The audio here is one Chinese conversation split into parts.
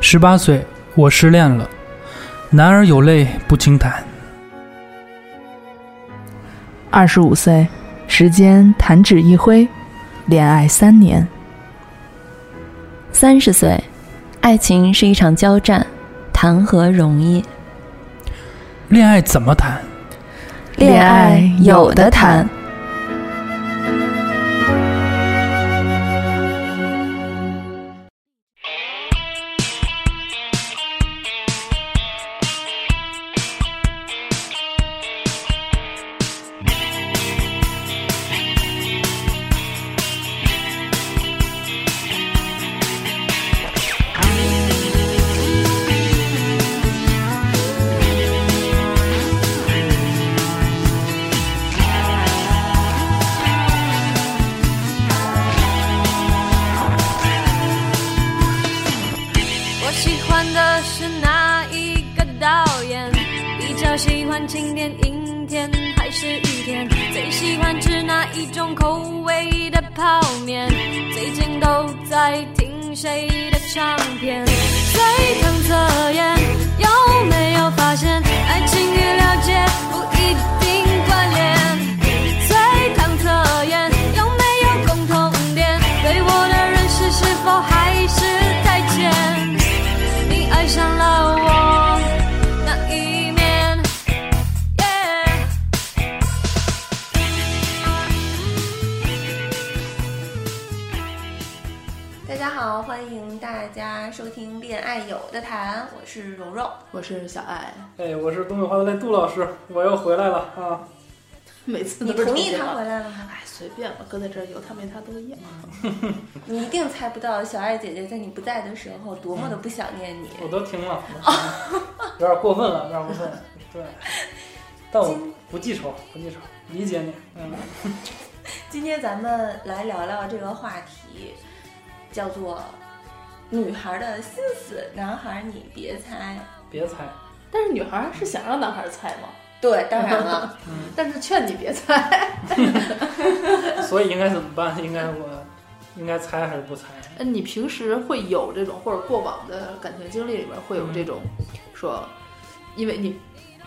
十八岁，我失恋了。男儿有泪不轻弹。二十五岁，时间弹指一挥，恋爱三年。三十岁，爱情是一场交战，谈何容易？恋爱怎么谈？恋爱有的谈。我喜欢的是哪一个导演？比较喜欢晴天、阴天还是雨天？最喜欢吃哪一种口味的泡面？最近都在听谁的唱片？谁当测验？有没有发现爱情与了解不一定关联？随堂测验有没有共同点？对我的认识是否还是太浅？你爱上了我哪一面？Yeah 大家好，欢迎大家收听《恋爱有的谈》，我是蓉蓉。我是小爱，哎，我是东北话的杜老师，我又回来了啊！每次你都是同意这他样回？来了吗？哎，随便吧，搁在这儿有他没他都一样。你一定猜不到，小爱姐姐在你不在的时候多么的不想念你。我都听了， 有点过分了，有点过分了。对，但我不记仇，不记仇，理解你。嗯，今天咱们来聊聊这个话题，叫做“女孩的心思，男孩你别猜别猜，但是女孩儿是想让男孩儿猜吗？”。对，当然 了，但是劝你别猜。所以应该怎么办？应该我应该猜还是不猜？呃你平时会有这种，或者过往的感情经历里边会有这种，说，因为你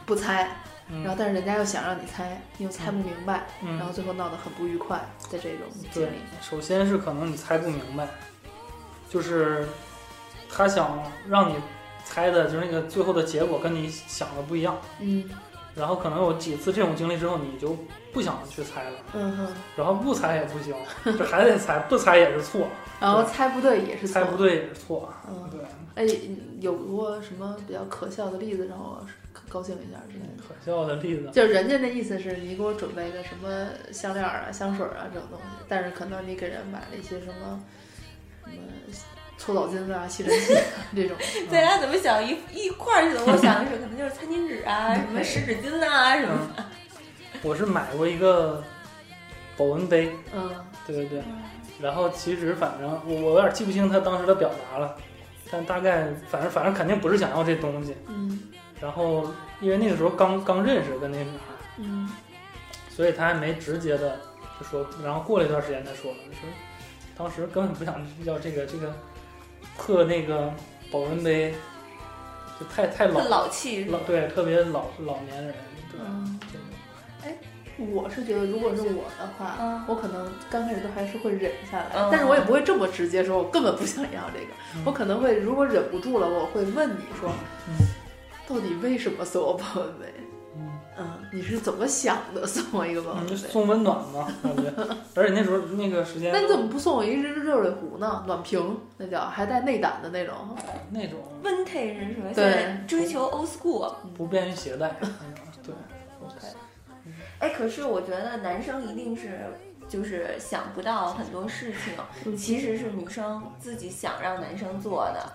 不猜，嗯然后但是人家又想让你猜，你又猜不明白，嗯然后最后闹得很不愉快的这种经对历。，首先是可能你猜不明白，就是他想让你猜的，就是那个最后的结果跟你想的不一样。嗯然后可能有几次这种经历之后，你就不想去猜了，嗯哼，然后不猜也不行，这还得猜，不猜也是错，然后猜不对也是猜错。不对也是错。嗯，对，哎，有过什么比较可笑的例子让我高兴一下之类的？可笑的例子，就是人家那意思是你给我准备个什么项链儿啊、香水儿啊这种东西，但是可能你给人买了一些什么什么搓澡巾啊、吸尘器啊这种。咱俩怎么想一一块儿去的？我想的是可能就是餐巾纸啊，嗯什么湿纸巾啊，什么。我是买过一个保温杯，嗯，对对对，然后其实反正我我有点记不清他当时的表达了，但大概反正反正肯定不是想要这东西。嗯然后因为那个时候刚刚认识跟那女孩，嗯所以他还没直接的就说，然后过了一段时间才说了，说当时根本不想要这个这个破那个保温杯，就太太老特老气是吧老对特别老老年人，对，嗯，对我是觉得如果是我的话，嗯我可能刚开始都还是会忍下来，嗯但是我也不会这么直接说，我根本不想要这个。嗯我可能会如果忍不住了，我会问你说，嗯到底为什么送我保温杯？嗯嗯，你是怎么想的？送我一个保温嗯，杯就？送温暖嘛，感觉。而且那时候那个时间，那你怎么不送我一热热水壶呢？暖瓶那叫，还带内胆的那种。那种？Vintage 是吧？对现在追求 old school。不便于携带？那种对，哎，可是我觉得男生一定是就是想不到很多事嗯情，其实是女生自己想让男生做的，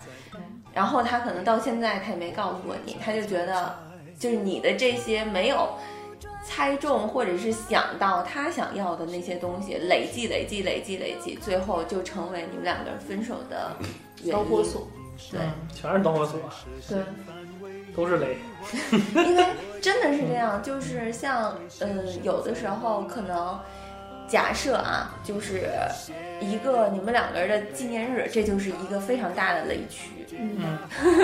然后他可能到现在他也没告诉过你，他就觉得就是你的这些没有。猜中或者是想到他想要的那些东西，累计累计累计累计，最后就成为你们两个人分手的原导因。火索。对，嗯全是导火索，对，都是雷。因为真的是这样，就是像呃，有的时候可能假设啊，就是一个你们两个人的纪念日，这就是一个非常大的雷区。嗯，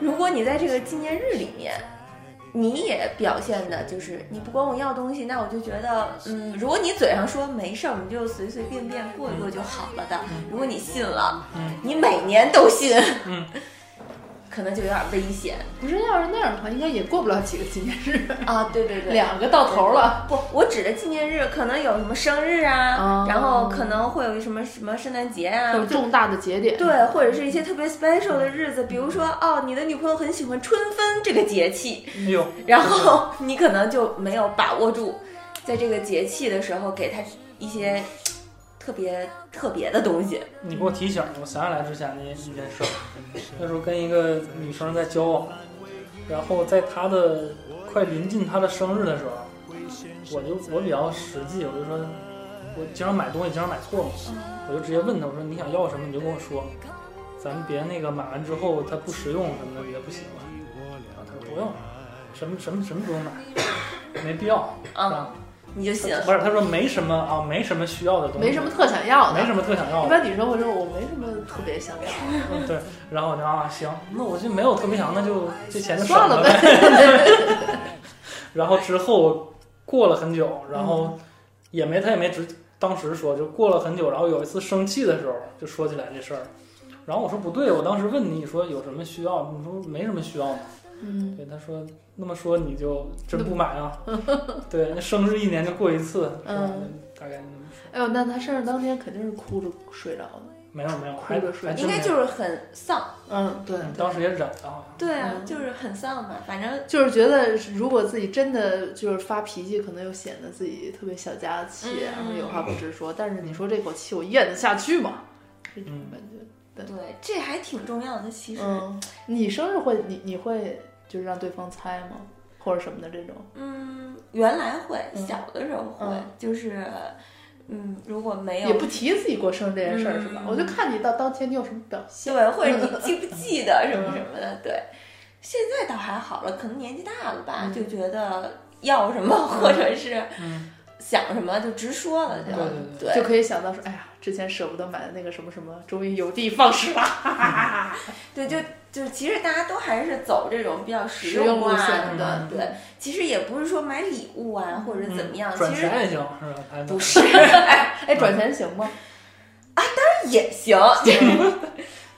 如果你在这个纪念日里面，你也表现的就是你不管我要东西，那我就觉得，嗯，如果你嘴上说没事儿，我们就随随便便过一过就好了的，如果你信了，嗯你每年都信，嗯，可能就有点危险不是要是那样的话，应该也过不了几个纪念日，啊。对对对，两个到头了。不，我指的纪念日可能有什么生日啊，哦然后可能会有什么什么圣诞节啊，嗯有重大的节点，对，或者是一些特别 special 的日子，比如说哦，你的女朋友很喜欢春分这个节气，哎呦，然后你可能就没有把握住，在这个节气的时候给她一些特别特别的东西。你给我提醒，我想起来之前的一件事儿，那时候跟一个女生在交往，然后在她的快临近她的生日的时候，我就我比较实际，我就说，我经常买东西经常买错嘛，嗯我就直接问她，我说你想要什么你就跟我说，咱们别那个买完之后它不实用什么的也不喜欢。然后她说不用，啊什么什么什么不用买， 没必要。嗯啊，你就信是吧了。不是，她说没什么啊，没什么需要的东西，没什么特想要的。没什么特想要的一。般女生会说，我没什么特别想要，嗯，对，然后我就啊行，那我就没有特别想，那就这钱就算省了 呗。呗。然后之后过了很久，然嗯后也没他也没直当时说，就过了很久，然后有一次生气的时候就说起来这事儿，然后我说不对，我当时问你你说有什么需要，你说没什么需要嘛，嗯，对，他说那么说你就真不买 啊？对，那生日一年就过一次，是吧嗯，大概那么说哎呦，那她生日当天肯定是哭着睡着的。没有没有，哭还着睡还真应该没就有是很丧，嗯，对，嗯当时也忍了，好像对啊，嗯就是很丧嘛。反正就是觉得如果自己真的就是发脾气，可能又显得自己特别小家子气，啊嗯然后有话不直说。但是你说这口气我咽得下去吗？这种嗯感觉。对，这还挺重要的。其实，嗯，你生日会你你会就是让对方猜吗？或者什么的这种？嗯，原来会，嗯小的时候会，嗯就是，嗯，如果没有也不提自己过生日这件事儿是吧？嗯我就看你到当天你有什么表现。对，或者你记不记得什么什么的，对。现在倒还好了，可能年纪大了吧，嗯就觉得要什么或者是嗯，想什么就直说了，就对对对就可以想到说，哎呀，之前舍不得买的那个什么什么，终于有的放矢了。对就就其实大家都还是走这种比较实实用用路线啊嗯的对，其实也不是说买礼物啊或者嗯怎么样，转其实钱也行是吧？还不是哎，转钱行吗？也行，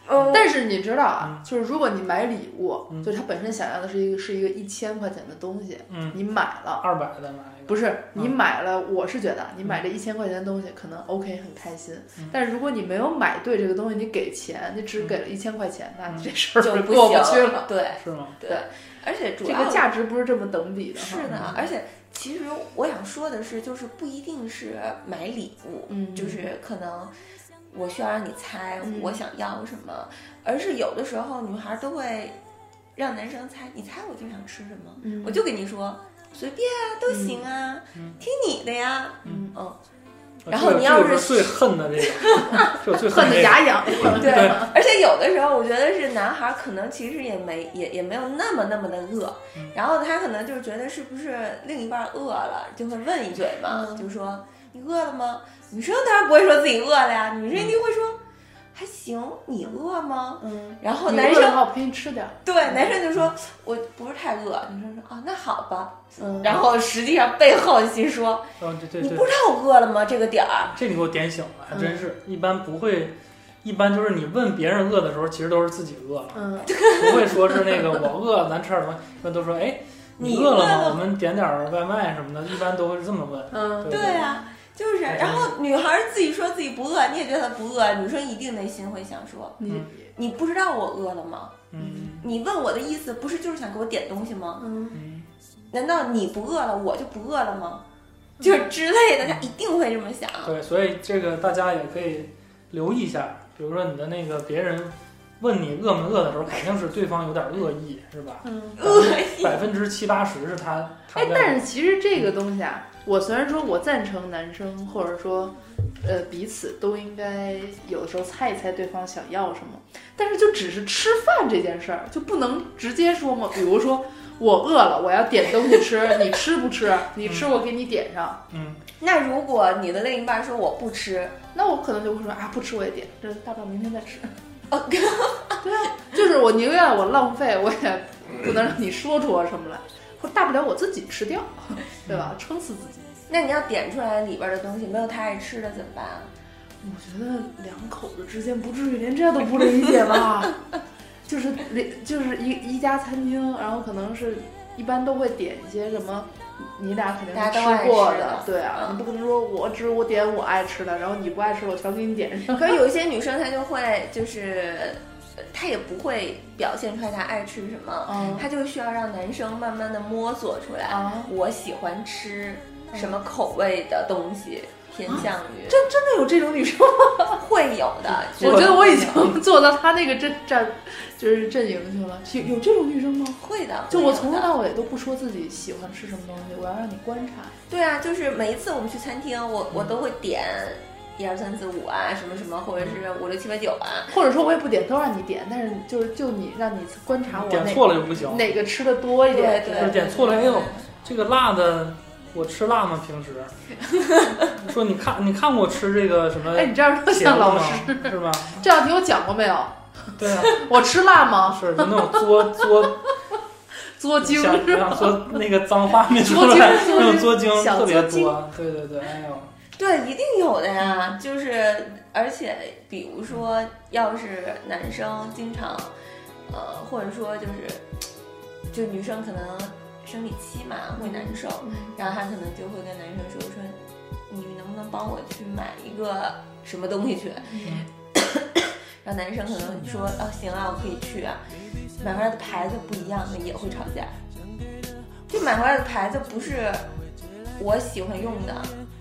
嗯，但是你知道啊嗯，就是如果你买礼物，嗯就是他本身想要的是一个是一个一千块钱的东西，嗯你买嗯了。二百的买一个。不是你买了，我是觉得啊你买这一千块钱的东西可能 OK 很开心，嗯但是如果你没有买对这个东西，你给钱，你只给了一千块钱，那嗯这事儿就不过行去了。对是吗？对，而且主这要个价值不是这么等比的哈。嗯啊是的，而且其实我想说的是，就是不一定是买礼物，嗯就是可能我需要让你猜嗯我想要什么，而是有的时候女孩都会让男生猜，你猜我今儿想吃什么，嗯我就跟你说随便啊，都行啊，嗯听你的呀，嗯嗯，啊然后这个你要这个是最恨的 这个，这个最恨得的这个牙痒。 对对， 而且有的时候我觉得是男孩可能其实也没也也没有那么那么的饿嗯，然后他可能就是觉得是不是另一半饿了，就会问一嘴嘛，嗯就说你饿了吗？女生当然不会说自己饿了呀，女生一定会说还行，你饿吗？嗯，然后你男饿的生话，我陪你吃点儿。对男生就说我不是太饿，女生说啊那好吧，嗯，然后实际上背后心说然后这这你这不，知道我饿了吗？这个点儿，这你给我点醒了，还真是，嗯一般不会，一般就是你问别人饿的时候，其实都是自己饿了，嗯，不会说是那个我饿了，咱吃点东西，一般都说哎，你饿了饿吗？了我们点点外卖什么的，一般都会这么问。嗯，对啊，就是，还真然后女孩自己说自己不饿，你也觉得她不饿，女生一定内心会想说，你你不知道我饿了吗？嗯你问我的意思不是就是想给我点东西吗？嗯嗯，难道你不饿了，我就不饿了吗？就是之类的，嗯她一定会这么想。对，所以这个大家也可以留意一下，比如说你的那个别人问你饿没饿的时候，肯定是对方有点恶意，是吧？嗯，百分之七八十是他他哎，但在是其实这个东西啊，我虽然说我赞成男生或者说，呃，彼此都应该有的时候猜一猜对方想要什么，但是就只是吃饭这件事儿，就不能直接说嘛。比如说我饿了，我要点东西吃，你吃不吃？你吃我给你点上。嗯，那如果你的另一半说我不吃，那我可能就会说啊，不吃我也点，这大不了明天再吃。哦， 对啊，就是我宁愿我浪费，我也不能让你说出我什么来，或者大不了我自己吃掉，对吧？撑死自己。那你要点出来里边的东西没有他爱吃的怎么办啊？我觉得两口子之间不至于连这都不理解吧？ 就是连就是一一家餐厅，然后可能是一般都会点一些什么，你俩肯定大是家都爱吃过吃的的，对啊，嗯你不可能说我只我点我爱吃的，然后你不爱吃的我全给你 点上。可是有一些女生她就会就是，呃她也不会表现出来她爱吃什哦么，嗯她就需要让男生慢慢的摸索出来，哦啊我喜欢吃什么口味的东西，偏啊向于、真真的有这种女生吗？会有的。我觉得我已经做到她那个阵阵就是阵营去了，有有这种女生吗？会的，就会我有从头的到尾都不说自己喜欢吃什么东西，我要让你观察。对啊，就是每一次我们去餐厅，我我都会点一二三四五啊，什么什么，或者是五六七八九啊。或者说我也不点，都让你点，但是就是就你让你观察我点哪错了就不行，哪个吃的多一点，对就对是点错了，哎呦，这个辣的。我吃辣吗？平时 说你看你看我吃这个什么哎，你这样说茄像子老吗师，？是吧？这道题我讲过没有？对啊，我吃辣吗？是就那种作作作精想是想吧？说那个脏话没说捉出精来， 捉那种精作精小特别捉精多。对对对，哎呦，对，一定有的呀。就是而且比如说，要是男生经常，呃，或者说就是，就女生可能生理期嘛会难受，然后她可能就会跟男生说说，你能不能帮我去买一个什么东西去？ 然后男生可能说哦行啊，我可以去啊，买回来的牌子不一样的也会吵架，就买回来的牌子不是我喜欢用的，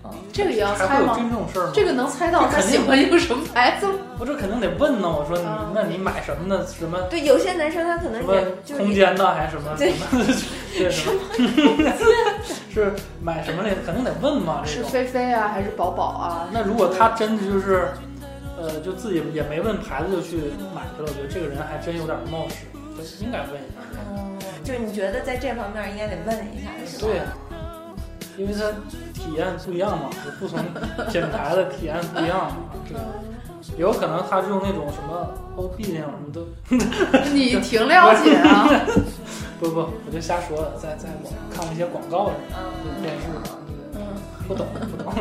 嗯，这个也要还猜会有真吗？这种事儿吗？ 这个能猜到他喜欢用什么牌子吗？我这肯定得问呢。我说你啊那你买什么呢？什么对，有些男生他可什能么也就是空间的还是什么对什么？这什么？是买什么类的？肯定得问嘛。这是种。菲菲啊，还是宝宝啊？那如果他真的就是，呃，就自己也没问牌子就去买去了，我觉得这个人还真有点冒失，就应该问一下。嗯，就是你觉得在这方面应该得问一下，是吧？对呀、因为它体验不一样嘛，就不同品牌的体验不一样嘛。嗯对，有可能他是用那种什么 OP 那种什么都 你挺了解啊，不不，我就瞎说了，在在网上看过一些广告什么的，嗯就电视上，对 不懂不懂。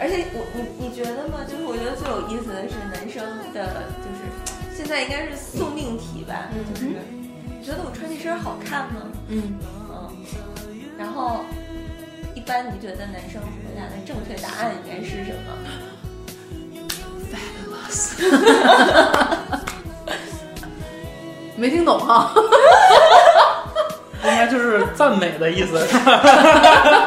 而且我你你觉得吗？就是我觉得最有意思的是男生的，就是现在应该是送命题吧，就是你觉得我穿这身好看吗？嗯，嗯，然后一般你觉得男生回答的正确答案应该是什么？没听懂啊 哈、应该就是赞美的意思， 是吧？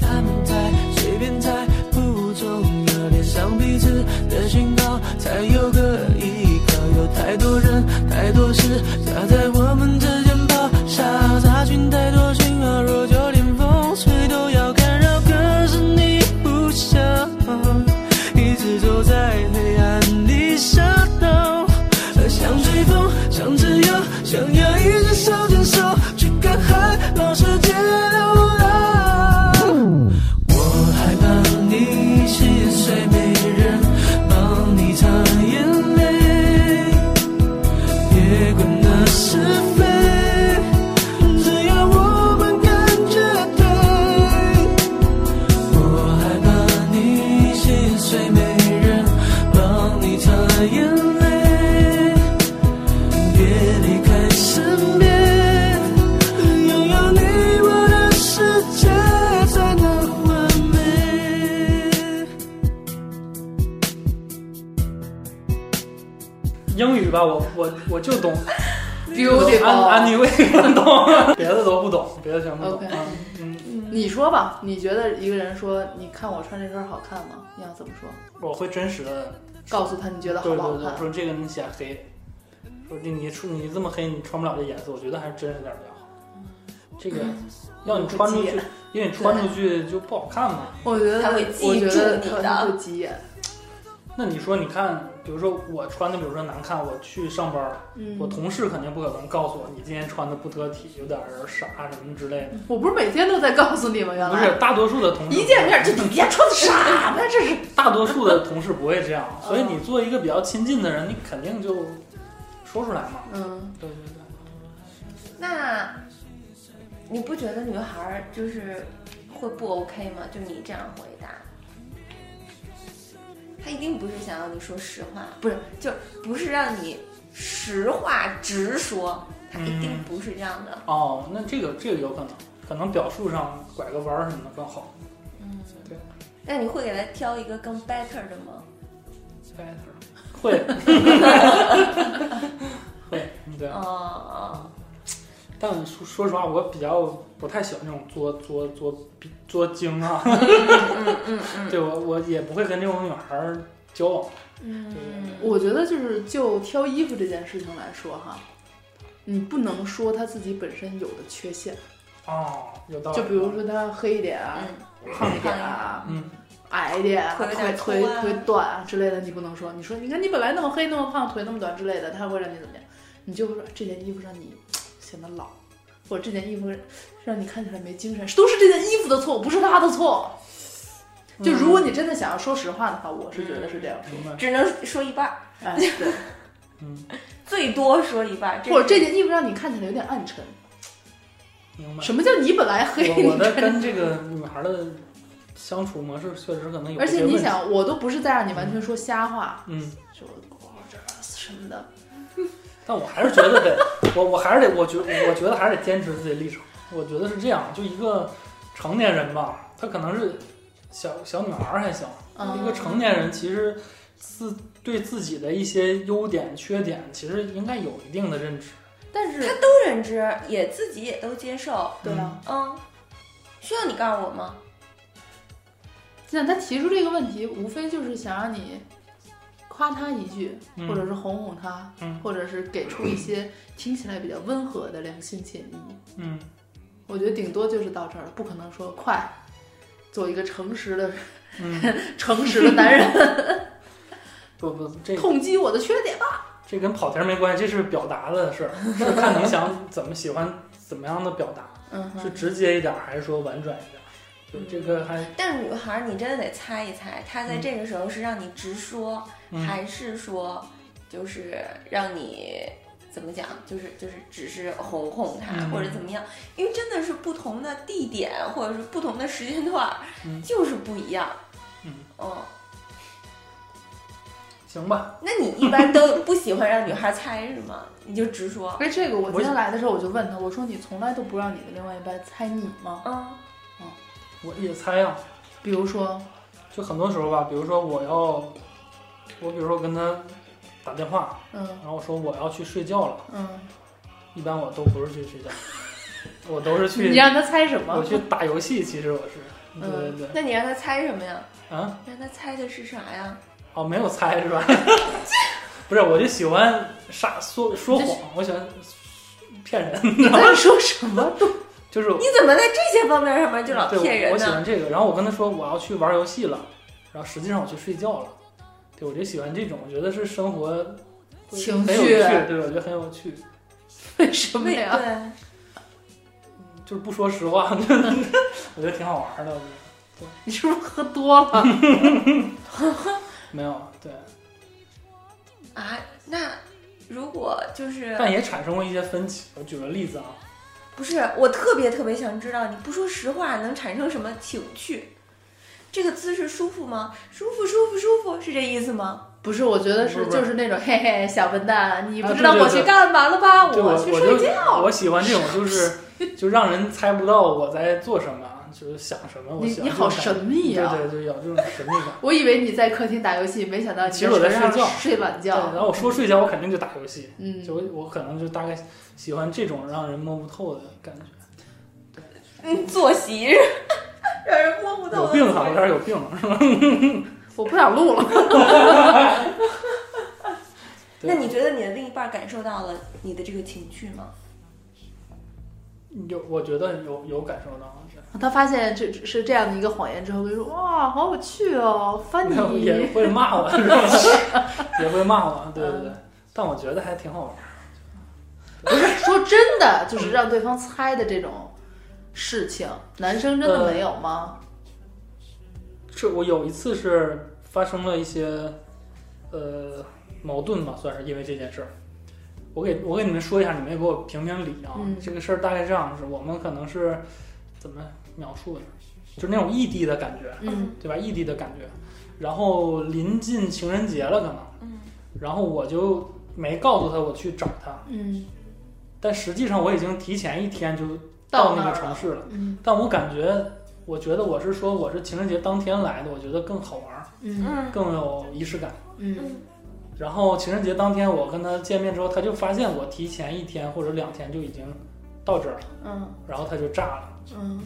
他们猜，随便猜，不重要，连上彼此的讯号才有个依靠。有太多人，太多事夹在我们之间跑，傻杂讯太多讯号，若就连风吹都要干扰。可是你不想，一直走在黑暗里闪躲。想追风，想自由，想要一直手牵手去看海，让世界流浪。我害怕你心碎，没人帮你擦眼泪，别管那是非，只要我们感觉对。我害怕你心碎，没人帮你擦眼泪。别离开身边，拥有你我的世界才能完美。英语吧，我我我就懂 b e a u t i f u 安安 l 妮卫可能懂，别的都不懂，别的全不懂。 OK 嗯嗯，你说吧，你觉得一个人说你看我穿这身好看吗？你要怎么说？我会真实的告诉他你觉得好对不好对对，看？说这个你显黑，说这你出你这么黑，你穿不了这颜色，我觉得还是真实点儿比较好。这嗯个要你穿出去，因为你穿出去就不好看嘛。我觉得他会我记觉住得你他的会急眼。那你说，你看，比如说我穿的，比如说难看，我去上班儿，嗯，我同事肯定不可能告诉我你今天穿的不得体，有点儿傻什么之类的。我不是每天都在告诉你吗？原不来是，大多数的同事嗯一见面就你别穿的 啥呢？这是大多数的同事不会这样，嗯所以你做一个比较亲近的人，你肯定就说出来嘛。嗯，对对对，那你不觉得女孩儿就是会不 OK 吗？就你这样回答，她一定不是想要你说实话，不是，就不是让你实话直说，她一定嗯不是这样的。哦，那这个这个有可能，可能表述上拐个弯儿什么的更好。嗯，对。那你会给她挑一个更 better 的吗？ 会，会，嗯对。哦，但说说实话，我比较不太喜欢这种作作作逼作精啊。嗯 对我我也不会跟这种女孩儿交往。对对对。我觉得就是就挑衣服这件事情来说哈，你不能说他自己本身有的缺陷，哦，有道理。就比如，说他黑一点啊，嗯胖一点啊，嗯，矮一点啊，腿有腿点腿粗啊腿短啊之类的，你不能说，你说你看你本来那么黑那么胖腿那么短之类的，他会让你怎么样？你就说这件衣服让你显得老，或者这件衣服让你看起来没精神，都是这件衣服的错，不是他的错。就如果你真的想要说实话的话，我是觉得是这样说，明白。只能说一半儿，哎，对。嗯，最多说一半儿。或者这是件衣服让你看起来有点暗沉。明白。什么叫你本来黑？ 我我你的看跟这个女孩儿的相处模式确实可能有一而些且问题。你想，我都不是在让你完全说瞎话，嗯，说 gorgeous 啊什么的。但我还是觉得得，我我还是得，我觉我觉得还是得坚持自己立场。我觉得是这样，就一个成年人吧，她可能是小小女孩儿还行，一个嗯，成年人其实自对自己的一些优点、缺点，其实应该有一定的认知。但是都认知，也自己也都接受。对啊，嗯，需要你告诉我吗？像他提出这个问题，无非就是想让你夸他一句，嗯或者是哄哄他，嗯或者是给出一些听起来比较温和的良心建议。嗯，我觉得顶多就是到这儿了，不可能说快做一个诚实的、嗯 诚实的男人，不不，这痛击我的缺点吧。这跟跑题儿没关系，这是表达的事儿，是看你想怎么喜欢怎么样的表达，嗯是哼，直接一点儿还是说婉转一点儿？就这个还但是女孩儿，你真的得猜一猜，她在嗯这个时候是让你直说，嗯还是说就是让你怎么讲，就是就是只是哄哄她、嗯或者怎么样？因为真的是不同的地点或者是不同的时间段儿，嗯就是不一样。嗯哦，行吧？那你一般都不喜欢让女孩猜是吗？你就直说。哎，这个我今我天来的时候我就问他，我说你从来都不让你的另外一半猜你吗？嗯我也猜啊，比如说，就很多时候吧，比如说我要，我比如说跟他打电话，嗯然后我说我要去睡觉了，嗯，一般我都不是去睡觉，我都是去你让他猜什我么？去打游戏，其实我是，对对对，嗯那你让她猜什么呀？啊，让她猜的是啥呀？哦，没有猜是 吧？ 不是，我就喜欢傻说说你这谎，我喜欢骗人， 你在说什么？ 就是你怎么在这些方面上面就老对骗我，人我喜呢？欢这个。然后我跟他说我要去玩游戏了，然后实际上我去睡觉了。对，我就喜欢这种，我觉得是生活情很有绪趣，对，我觉得很有趣，为什么对啊呀？对。就是不说实话， 我觉得挺好玩的。我觉得你是不是喝多 了？没有，对，啊，那如果就是但也产生过一些分歧。我举个例子啊，不是我特别特别想知道，你不说实话能产生什么情趣？这个姿势舒服吗？舒服，舒服，舒服，是这意思吗？不是，我觉得是不是不是就是那种嘿嘿小笨蛋，你啊不知道对对我去干嘛了吧？对我去我睡就觉。我喜欢这种，就是 就让人猜不到我在做什么，啊就是想什么。我你喜欢你好这种神秘感觉啊！对对对，有这种神秘 感。我以为你在客厅打游戏，没想到你其实我在床上睡觉睡懒对，然觉。后我说睡觉，我肯定就打游戏，嗯，就我可能就大概喜欢这种让人摸不透的感觉。嗯坐席是吧，让人摸不到有的病哈，我这儿有病。我不想录了。 那你觉得你的另一半感受到了你的这个情绪吗？有，我觉得有有感受到，他发现这这是这样的一个谎言之后，跟你说哇，好有趣哦 那也，funny。会骂我，是吧 也会骂我，对对对。但我觉得还挺好不玩儿。是说真的，就是让对方猜的这种事情，男生真的没有吗？是我有一次是发生了一些呃矛盾吧，算是因为这件事儿。我给我给你们说一下，你们也给我评评理啊。嗯这个事儿大概这样是，我们可能是怎么描述呢？就是那种异地的感觉，嗯对吧？异地的感觉。然后临近情人节了，可能，嗯然后我就没告诉他我去找他，嗯但实际上我已经提前一天就到那那个儿城了市了。嗯但我感觉，我觉得我是说我是情人节当天来的，我觉得更好玩儿，嗯更有仪式感。嗯嗯然后情人节当天我跟他见面之后，他就发现我提前一天或者两天就已经到这儿了，嗯然后他就炸了，嗯，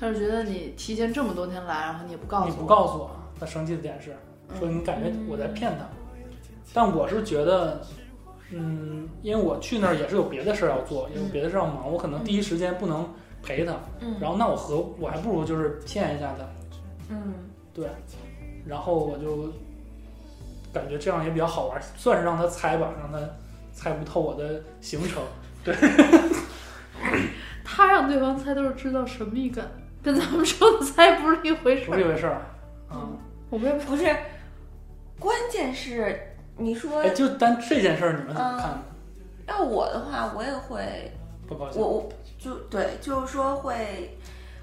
他是觉得你提前这么多天来，然后你也不告你诉不我，告诉我，他生气的点是说你感嗯觉我在骗他，但我是觉得。嗯，因为我去那儿也是有别的事儿要做，也有别的事儿要忙，我可能第一时间不能陪他，嗯然后那我和我还不如就是骗一下他，嗯然后我就感觉这样也比较好玩，算是让他猜吧，让他猜不透我的行程。他让对方猜都是制造神秘感，跟咱们说的猜不是一回事不儿。是这回事儿，嗯，我们也不是，关键是你说哎，就单这件事儿你们怎么看呢？嗯要我的话，我也会，不高兴我，我就对，就是说会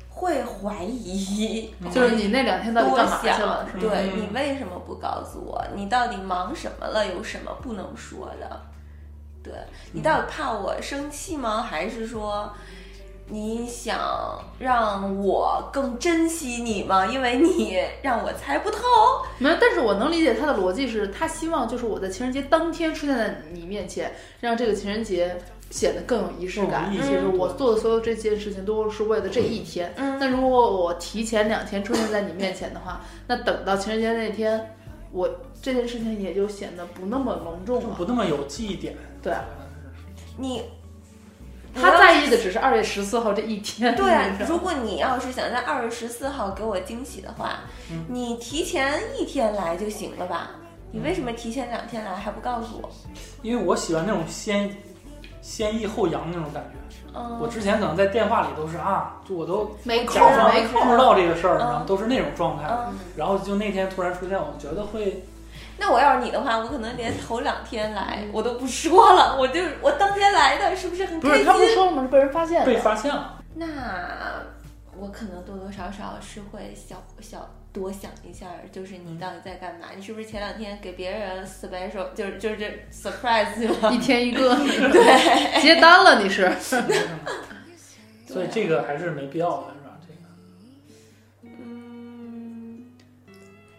会怀疑，嗯就是你那两天到底多干嘛去了？想是，吗对嗯你为什么不告诉我？你到底忙什么了？有什么不能说的？对你到底怕我生气吗？还是说你想让我更珍惜你吗？因为你让我猜不透。没有，但是我能理解他的逻辑是，他希望就是我在情人节当天出现在你面前，让这个情人节显得更有仪式感。更有就仪式是我做的所有这件事情都是为了这一天。嗯那如果我提前两天出现在你面前的话，那等到情人节那天，我这件事情也就显得不那么隆重就不了。那么有记忆点。对，啊 你他在意的只是二月十四号这一天。对嗯啊你，知道如吗果你要是想在二月十四号给我惊喜的话，嗯你提前一天来就行了吧？你为什么提前两天来还不告诉我？因为我喜欢那种先先抑后扬那种感觉。嗯，我之前可能在电话里都是啊，就我都没空假儿装没空不知儿，道这个事儿，嗯然后都是那种状态。嗯，然后就那天突然出现，我觉得会那我要是你的话，我可能连头两天来我都不说了，我就我当天来的，是不是很不开是心他？不说了吗？是被人发现被的。发现了。那我可能多多少少是会小小多想一下，就是你到底在干嘛？你是不是前两天给别人 special 就是就是这 surprise 去了？一天一 个，对，结单了你是？所以这个还是没必要的，是吧？这个嗯，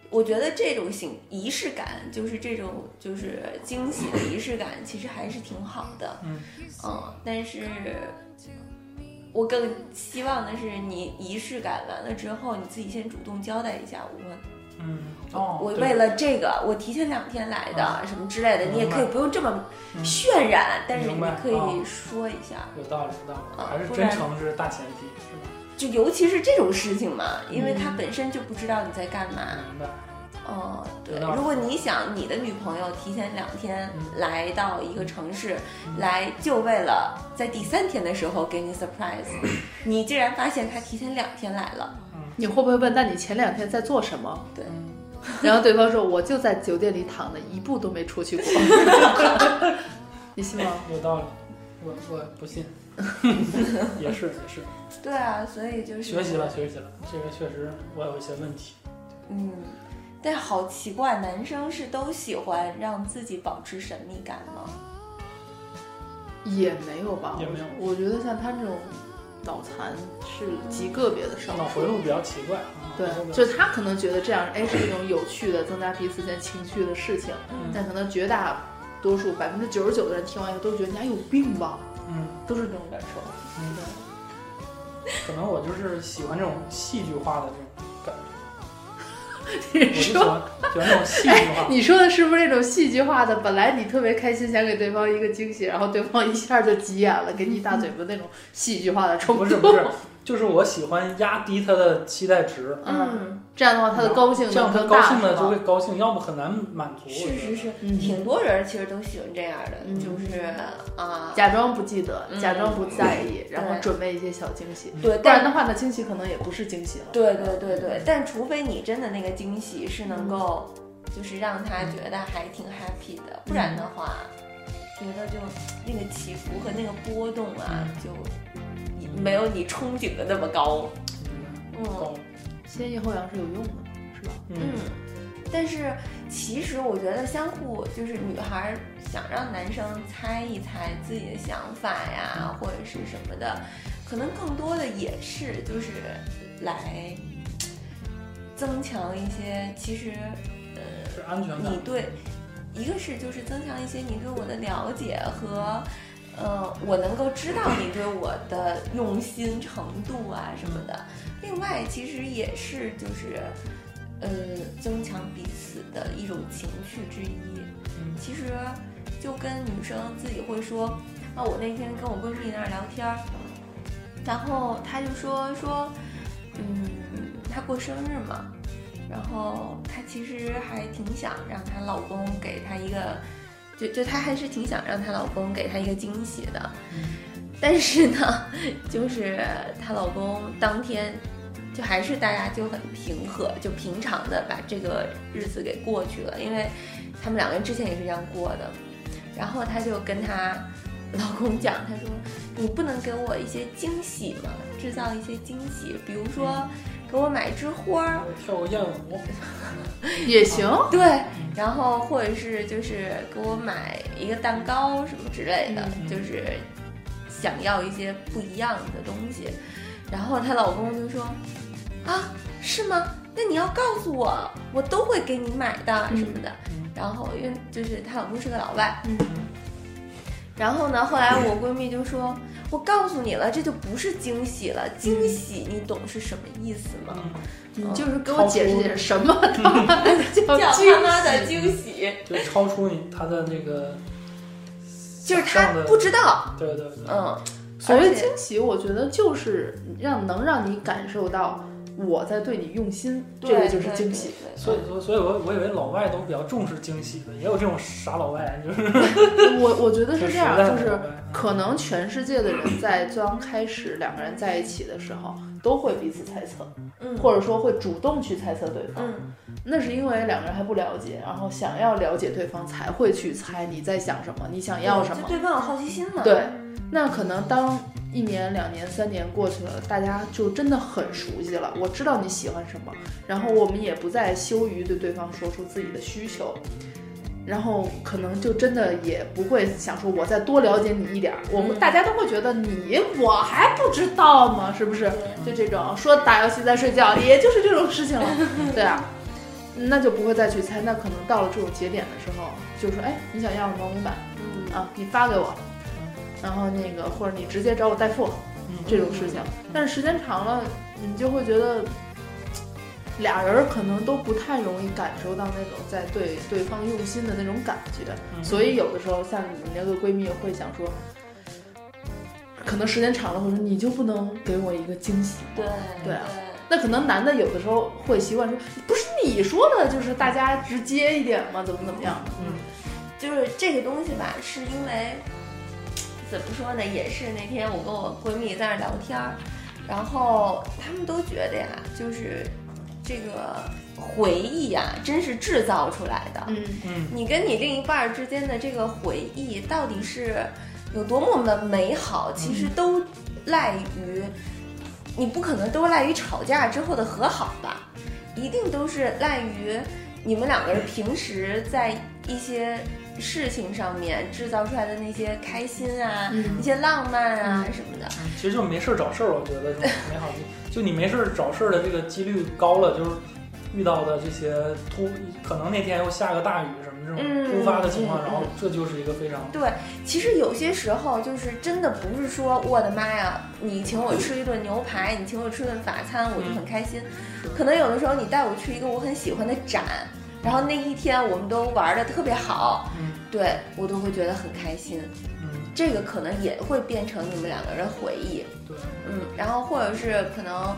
我觉得这种形仪式感，就是这种就是惊喜的仪式感，其实还是挺好的。嗯嗯但是我更希望的是，你仪式感完了之后，你自己先主动交代一下我。嗯哦，我对为了这个，我提前两天来的，什么之类的，你也可以不用这么嗯渲染，但是明你白可哦以说一下。有道理，有道理，啊还是不真然诚是大前提，是吧？就尤其是这种事情嘛，因为他本身就不知道你在干嘛。明白。哦，对有道，理如果你想你的女朋友提前两天嗯来到一个城市，来就为了在第三天的时候给你 surprise，你竟然发现她提前两天来了，你会不会问？那你前两天在做什么？对，然后对方说我就在酒店里躺着，一步都没出去过。 你信吗？有道理，我我不信，也是也是，对啊，所以就是学习了，学习了，这个确实我有一些问题，嗯，但好奇怪，男生是都喜欢让自己保持神秘感吗？也没有吧，也没有我我觉得像他这种脑残是极个别的少脑回数。路比较奇怪啊。对脑回，路就是他可能觉得这样，哎，是一种有趣的、增加彼此间情趣的事情。嗯但可能绝大多数百分之九十九的人听完以后都觉得你还有病吧，嗯，都是这种感受。嗯可能我就是喜欢这种戏剧化的这你种感觉，我 就喜说，哎欢喜欢这种戏剧化。你说的是不是那种戏剧化的？本来你特别开心，想给对方一个惊喜，然后对方一下就急眼了，给你一大嘴巴那种戏剧化的冲不突。是不是，就是我喜欢压低他的期待值，嗯，，这样的话他的高兴这样能更他高大，兴是了吧就会高兴，要么很难满足。我是觉得是是，嗯挺多人其实都喜欢这样的，嗯就是啊，假装不记得，嗯假装不在意，然后对嗯准备一些小惊喜。对，不然但的话呢，惊喜可能也不是惊喜了。对对对对，但除非你真的那个惊喜是能够，就是让他觉得还挺 happy 的，不然的话，觉得就那个起伏和那个波动啊，就没有你憧憬的那么高。嗯高先抑后扬是有用的，是吧？嗯嗯，，但是其实我觉得相互就是女孩儿想让男生猜一猜自己的想法呀，或者是什么的，可能更多的也是就是来增强一些其实呃是安全感你。对，一个是就是增强一些你对我的了解和，呃，我能够知道你对我的用心程度啊什么的。另外，其实也是就是，呃，增强彼此的一种情趣之一。嗯其实就跟女生自己会说，啊，我那天跟我闺蜜那儿聊天儿，然后她就说说，嗯，她过生日嘛，然后她其实还挺想让她老公给她一个，就就她还是挺想让她老公给她一个惊喜的，但是呢， 就是她老公当天就还是大家就很平和，就平常的把这个日子给过去了，因为他们两个人之前也是这样过的。然后她就跟她老公讲，她说：“你不能给我一些惊喜吗？制造一些惊喜，比如说给我买枝花儿，我跳个艳舞，也行，对，然后或者是就是给我买一个蛋糕什么之类的，嗯就是想要一些不一样的东西。然后她老公就说：“啊，是吗？那你要告诉我，我都会给你买的什么的。嗯然后因为就是她老公是个老外，嗯然后呢，后来我闺蜜就说：“我告诉你了，这就不是惊喜了，惊喜你懂是什么意思吗？”嗯，你嗯就是给我解释解释什么他妈 叫叫他惊妈喜。的惊喜，就超出你他的那个就是想她象的，不知道，对对对，嗯，所谓而且惊喜，我觉得就是让能让你感受到我在对你用心，这对个就是惊喜。。对对所以说，所以我我以为老外都比较重视惊喜的，也有这种傻老外，就是我我觉得是这样，就就是实在的老外可能全世界的人在刚开始两个人在一起的时候，都会彼此猜测，嗯，或者说会主动去猜测对方。嗯，那是因为两个人还不了解，然后想要了解对方才会去猜你在想什么，你想要什么就。对方有好奇心嗯嘛。对，那可能当一年、两年、三年过去了，大家就真的很熟悉了。我知道你喜欢什么，然后我们也不再羞于对对方说出自己的需求，然后可能就真的也不会想说我再多了解你一点儿。我们嗯大家都会觉得你我还不知道吗？是不是？就这种说打游戏在睡觉，也就是这种事情了，对啊。那就不会再去猜，那可能到了这种节点的时候，就说，哎，你想要什么，我买嗯，啊，你发给我，然后那个或者你直接找我代付这种事情。但是时间长了，你就会觉得嘖俩人可能都不太容易感受到那种在对对方用心的那种感觉，嗯所以有的时候像你那个闺蜜会想说。可能时间长了，会说你就不能给我一个惊喜？对对啊那可能男的有的时候会习惯说，不是你说的，就是大家直接一点嘛，怎么怎么样？就是这个东西吧，是因为怎么说呢？也是那天我跟我闺蜜在那儿聊天儿，然后她们都觉得呀，就是这个回忆呀，真是制造出来的。嗯嗯，你跟你另一半儿之间的这个回忆到底是有多么的美好，其实都赖于你不可能都赖于吵架之后的和好吧，一定都是赖于你们两个人平时在一些事情上面制造出来的那些开心啊、嗯一些浪漫啊什么的。其实就没事儿找事儿，我觉得这种美好就就你没事儿找事儿的这个几率高了，就是遇到的这些突可能那天又下个大雨什么们这种嗯突发的情况，嗯嗯然后这就是一个非常对，其实有些时候就是真的不是说我的妈呀，你请我吃一顿牛排，你请我吃顿法餐，我就很开心。可能有的时候你带我去一个我很喜欢的展，然后那一天我们都玩的特别好，嗯对我都会觉得很开心。嗯这个可能也会变成你们两个人回忆，对，嗯，然后或者是可能，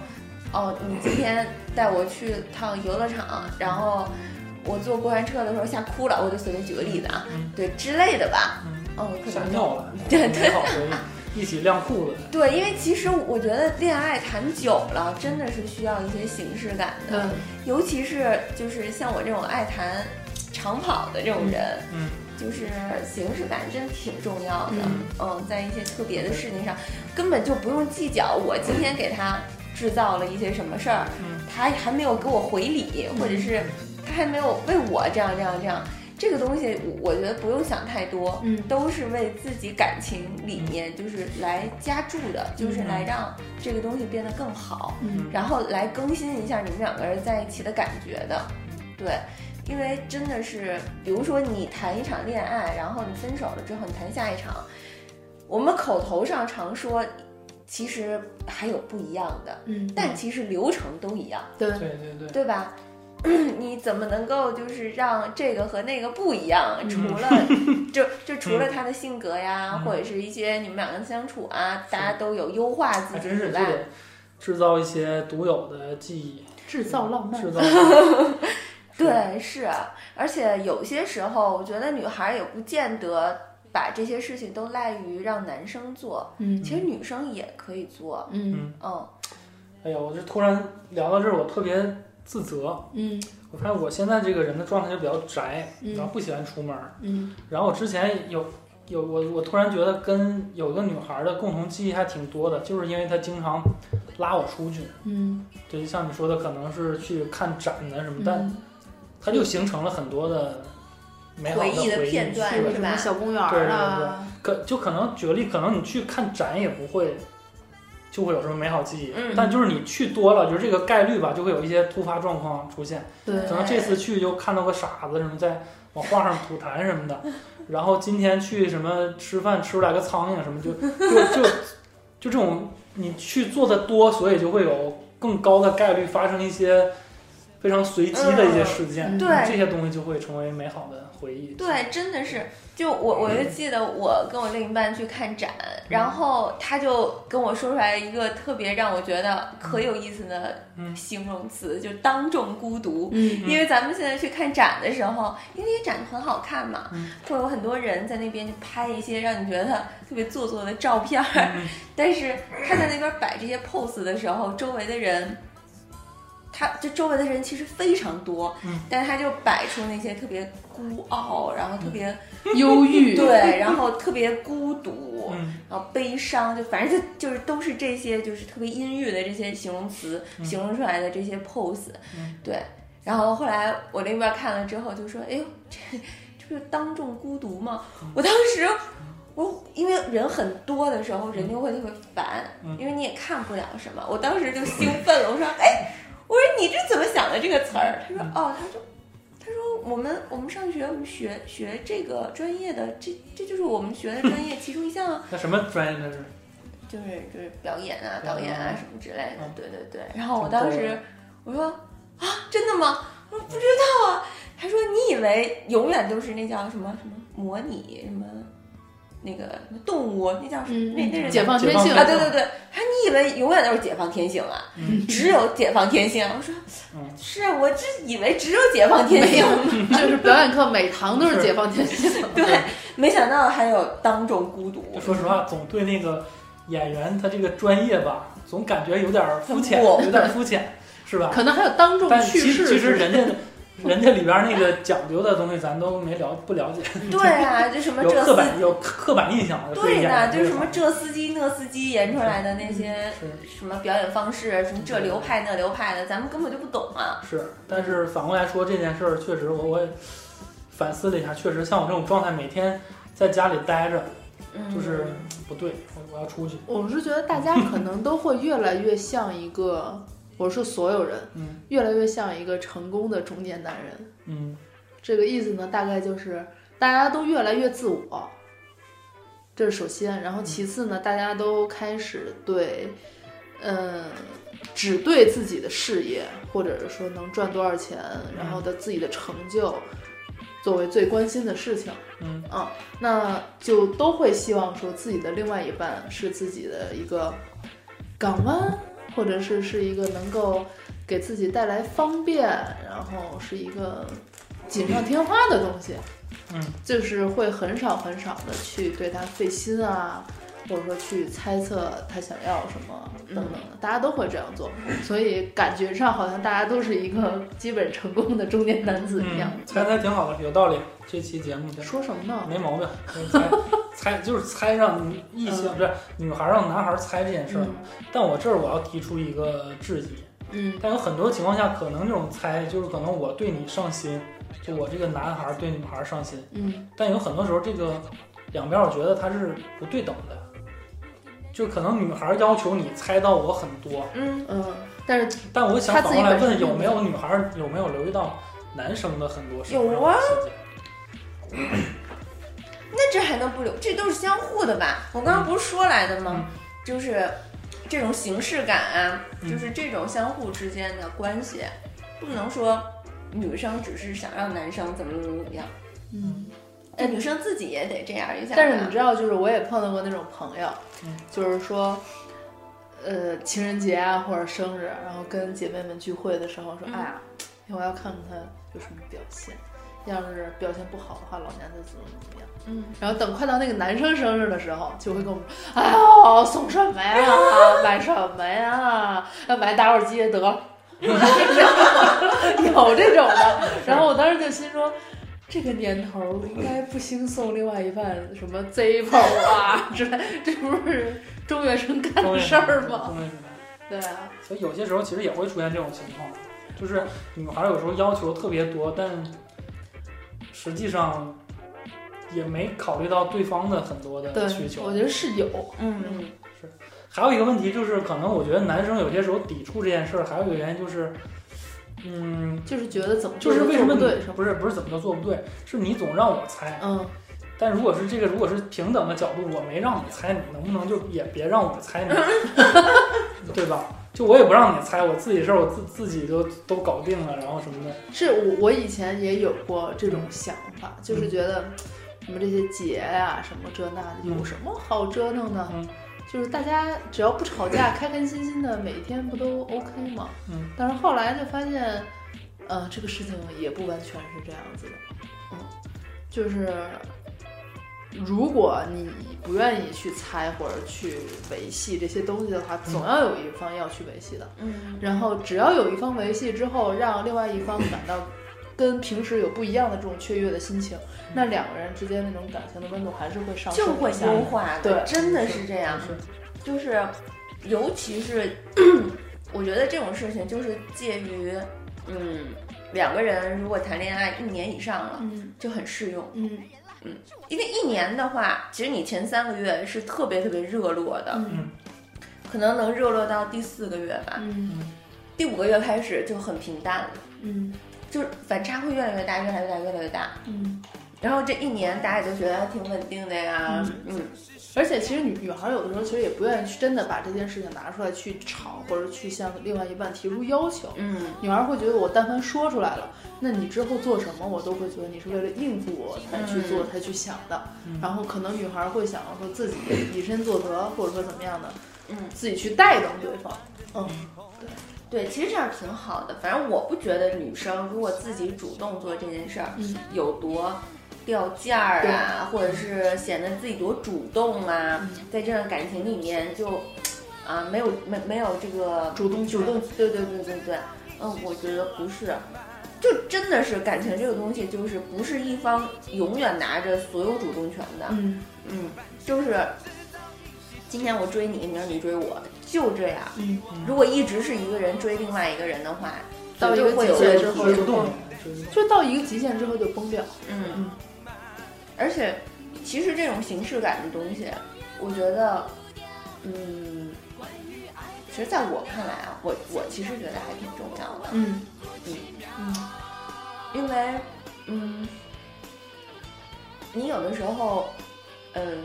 哦，你今天带我去趟游乐场，然后我坐过山车的时候吓哭了，我就随便举个例子啊，嗯对之类的吧，嗯哦，可吓能尿了，对对美好回忆，一起晾裤子，对，因为其实我觉得恋爱谈久了，真的是需要一些形式感的，嗯尤其是就是像我这种爱谈长跑的这种人，嗯就是形式感真挺重要的。嗯嗯在一些特别的事情上，根本就不用计较我今天给他制造了一些什么事儿，嗯他还没有给我回礼，或者是他还没有为我这样这样这样。这个东西，我我觉得不用想太多，嗯都是为自己感情里面就是来加注的，就是来让这个东西变得更好，嗯然后来更新一下你们两个人在一起的感觉的，对，因为真的是，比如说你谈一场恋爱，然后你分手了之后，你谈下一场，我们口头上常说，其实还有不一样的，嗯，但其实流程都一样。对对对对，对吧？ 你怎么能够就是让这个和那个不一样？嗯除了 就就除了他的性格呀，嗯或者是一些你们两个人相处啊，是大家都有优化自还己真以是就外，得制造一些独有的记 忆，制造浪漫制，造对，是。而且有些时候，我觉得女孩也不见得把这些事情都赖于让男生做，嗯其实女生也可以做。嗯嗯哎呀，我这突然聊到这儿，我特别自责。嗯我发现我现在这个人的状态就比较宅，嗯然后不喜欢出门儿。嗯然后我之前有有我我突然觉得跟有一个女孩的共同记忆还挺多的，就是因为她经常拉我出去，嗯，对，就像你说的，可能是去看展啊的什么，但嗯她就形成了很多的美好回忆忆的片段对是什吧么小公园儿啊，可就可能举个例，可能你去看展也不会，就会有什么美好记忆。嗯但就是你去多了，就是这个概率吧，就会有一些突发状况出现。对可能这次去就看到个傻子什么在往画上吐痰什么的，然后今天去什么吃饭吃出来个苍蝇什么，就就就就这种你去做的多，所以就会有更高的概率发生一些非常随机的一些事嗯件。对这些东西就会成为美好的回忆。嗯对，真的是，就我我就记得我跟我另一半去看展，嗯然后他就跟我说出来一个特别让我觉得可有意思的嗯形容词，就当众孤独。嗯因为咱们现在去看展的时候，因为那些展很好看嘛嗯，会有很多人在那边就拍一些让你觉得特别做作的照片儿，嗯，但是他在那边摆这些 pose 的时候，周围的人，他就周围的人其实非常多，嗯但是他就摆出那些特别孤傲，然后特别、忧郁， 对，然后特别孤独，嗯然后悲伤，就反正就就是都是这些就是特别阴郁的这些形容词、嗯形容出来的这些 pose，、嗯对。然后后来我另一边看了之后就说：“哎呦，这这不是当众孤独吗？”嗯我当时我说因为人很多的时候，人就会特别烦，嗯因为你也看不了什么。我当时就兴奋了，我说：“哎，我说你这怎么想的这个词儿？”他说：“哦，他说。”他说：“我们我们上学，我们学学这个专业的，这这就是我们学的专业其中一项啊。那什么专业那是？ 就是就是表演啊、导演啊什么之类的嗯，对对对。然后我当时我说啊，真的吗？我说不知道啊。他说你以为永远都是那叫什么什么模拟什么那个什么动物，那叫什么？嗯，那那是解放天性解啊？放对对对。他说你以为永远都是解放天性啊？嗯只有解放天性啊？我说嗯，是啊，我只以为只有解放天性，啊就是表演课每堂都是解放天性， 对，没想到还有当众孤独。嗯就说实话，总对那个演员他这个专业吧，总感觉有点儿肤浅，很过有点儿肤浅，是吧？可能还有当众但去其世之实其类的，实人家人家里边儿那个讲究的东西，咱都没了不了解，对啊，就什么有这刻四板有刻板印象的对演呢，员就是什么这司机那司机演出来的那些嗯是什么表演方式，什么这流派那流派的，咱们根本就不懂啊。是，但是反过来说这件事儿，确实我我也反思了一下，确实像我这种状态，每天在家里待着嗯，就是不对，我我要出去，我是觉得大家可能都会越来越像一个，我是所有人嗯越来越像一个成功的中年男人，嗯，这个意思呢，大概就是大家都越来越自我，这是首先。然后嗯其次呢，大家都开始对，嗯，只对自己的事业，或者是说能赚多少钱，然嗯后的自己的成就，作为最关心的事情。嗯啊，那就都会希望说自己的另外一半是自己的一个港湾，或者是是一个能够给自己带来方便，然后是一个锦上添花的东西。嗯，就是会很少很少的去对他费心啊，或者说去猜测他想要什么等等嗯的，大家都会这样做，所以感觉上好像大家都是一个基本成功的中年男子一样。嗯，猜猜挺好的，有道理。这期节目真说什么呢？没毛病，就是猜猜就是猜让你异性嗯不是女孩让男孩猜这件事儿。嗯但我这儿我要提出一个质疑，嗯但有很多情况下可能这种猜就是可能我对你上心，就我这个男孩对女孩上心，嗯但有很多时候这个两边我觉得它是不对等的，就可能女孩要求你猜到我很多，嗯，嗯，但是但我想他反自己过来本身问，就有不没有女孩儿有没有留意到男生的很多事有啊细节？那这还能不留？这都是相互的吧？我嗯刚刚不是说来的吗？就是这种形式感啊，嗯就是这种相互之间的关系，不能说女生只是想让男生怎么怎么样，嗯，哎，女生自己也得这样一下吧。但是你知道，就是我也碰到过那种朋友，嗯就是说，呃，情人节啊或者生日，然后跟姐妹们聚会的时候说，嗯哎呀，我要看看她有什么表现，要是表现不好的话，老娘就怎么怎么样。嗯，然后等快到那个男生生日的时候，就会跟我们说，哎呦，送什么呀？买什么呀？要买打火机也得 了。有这种的，然后我当时就心说，这个年头儿应该不兴送另外一半什么 Zippo 啊之类，这不是中学生干的事儿吗？中间是吧对啊，所以有些时候其实也会出现这种情况，就是女孩有时候要求特别多，但实际上也没考虑到对方的很多对的需，求我。觉得是有，嗯还有一个问题就是，可能我觉得男生有些时候抵触这件事儿，还有一个原因就是，嗯，就是觉得怎么就做是都为什么做你不对是吗？不是不是怎么叫做不对，是你总让我猜。嗯，但如果是这个，如果是平等的角度，我没让你猜，你能不能就也别让我猜你， 对吧？就我也不让你猜，我自己事儿我自自己就都搞定了，然后什么的，是我我以前也有过这种想法，就是觉得什么这些节呀、什么这那的，嗯有什么好折腾的？嗯就是大家只要不吵架，开开心心的，每天不都 OK 吗？嗯。但是后来就发现，呃，这个事情也不完全是这样子的，嗯，就是如果你不愿意去猜或者去维系这些东西的话，总要有一方要去维系的。嗯然后只要有一方维系之后，让另外一方感到跟平时有不一样的这种雀跃的心情，那两个人之间那种感情的温度还是会上升嗯就会一下优化的，对真的是这样。是就是，尤其是我觉得这种事情就是介于，嗯，两个人如果谈恋爱一年以上了，嗯就很适用。嗯因为一年的话，其实你前三个月是特别特别热络的，嗯可能能热络到第四个月吧，嗯第五个月开始就很平淡了，嗯就是反差会越来越大，越来越大，越来越大。嗯，然后这一年大家也就觉得挺稳定的呀，嗯，而且其实女女孩有的时候其实也不愿意去真的把这件事情拿出来去吵，或者去向另外一半提出要求。嗯女孩会觉得我但凡说出来了，那你之后做什么，我都会觉得你是为了应付我才去做、嗯才去想的。嗯然后可能女孩会想要说自己以身作则，或者说怎么样的，嗯，自己去带动对方。嗯对，其实这样挺好的。反正我不觉得女生如果自己主动做这件事儿，嗯有多掉价儿啊，或者是显得自己多主动啊，嗯在这段感情里面就啊没有没没有这个主动主动，对对对对对，嗯，我觉得不是。就真的是感情这个东西，就是不是一方永远拿着所有主动权的，嗯嗯，就是今天我追你，明儿你追我，就这样。嗯，如果一直是一个人追另外一个人的话，到一就个会有极限问之后题。主动，就到一个极限之后就崩掉。嗯嗯，而且其实这种形式感的东西，我觉得，嗯，其实在我看来啊，我我其实觉得还挺重要的，嗯因为嗯，你有的时候，嗯，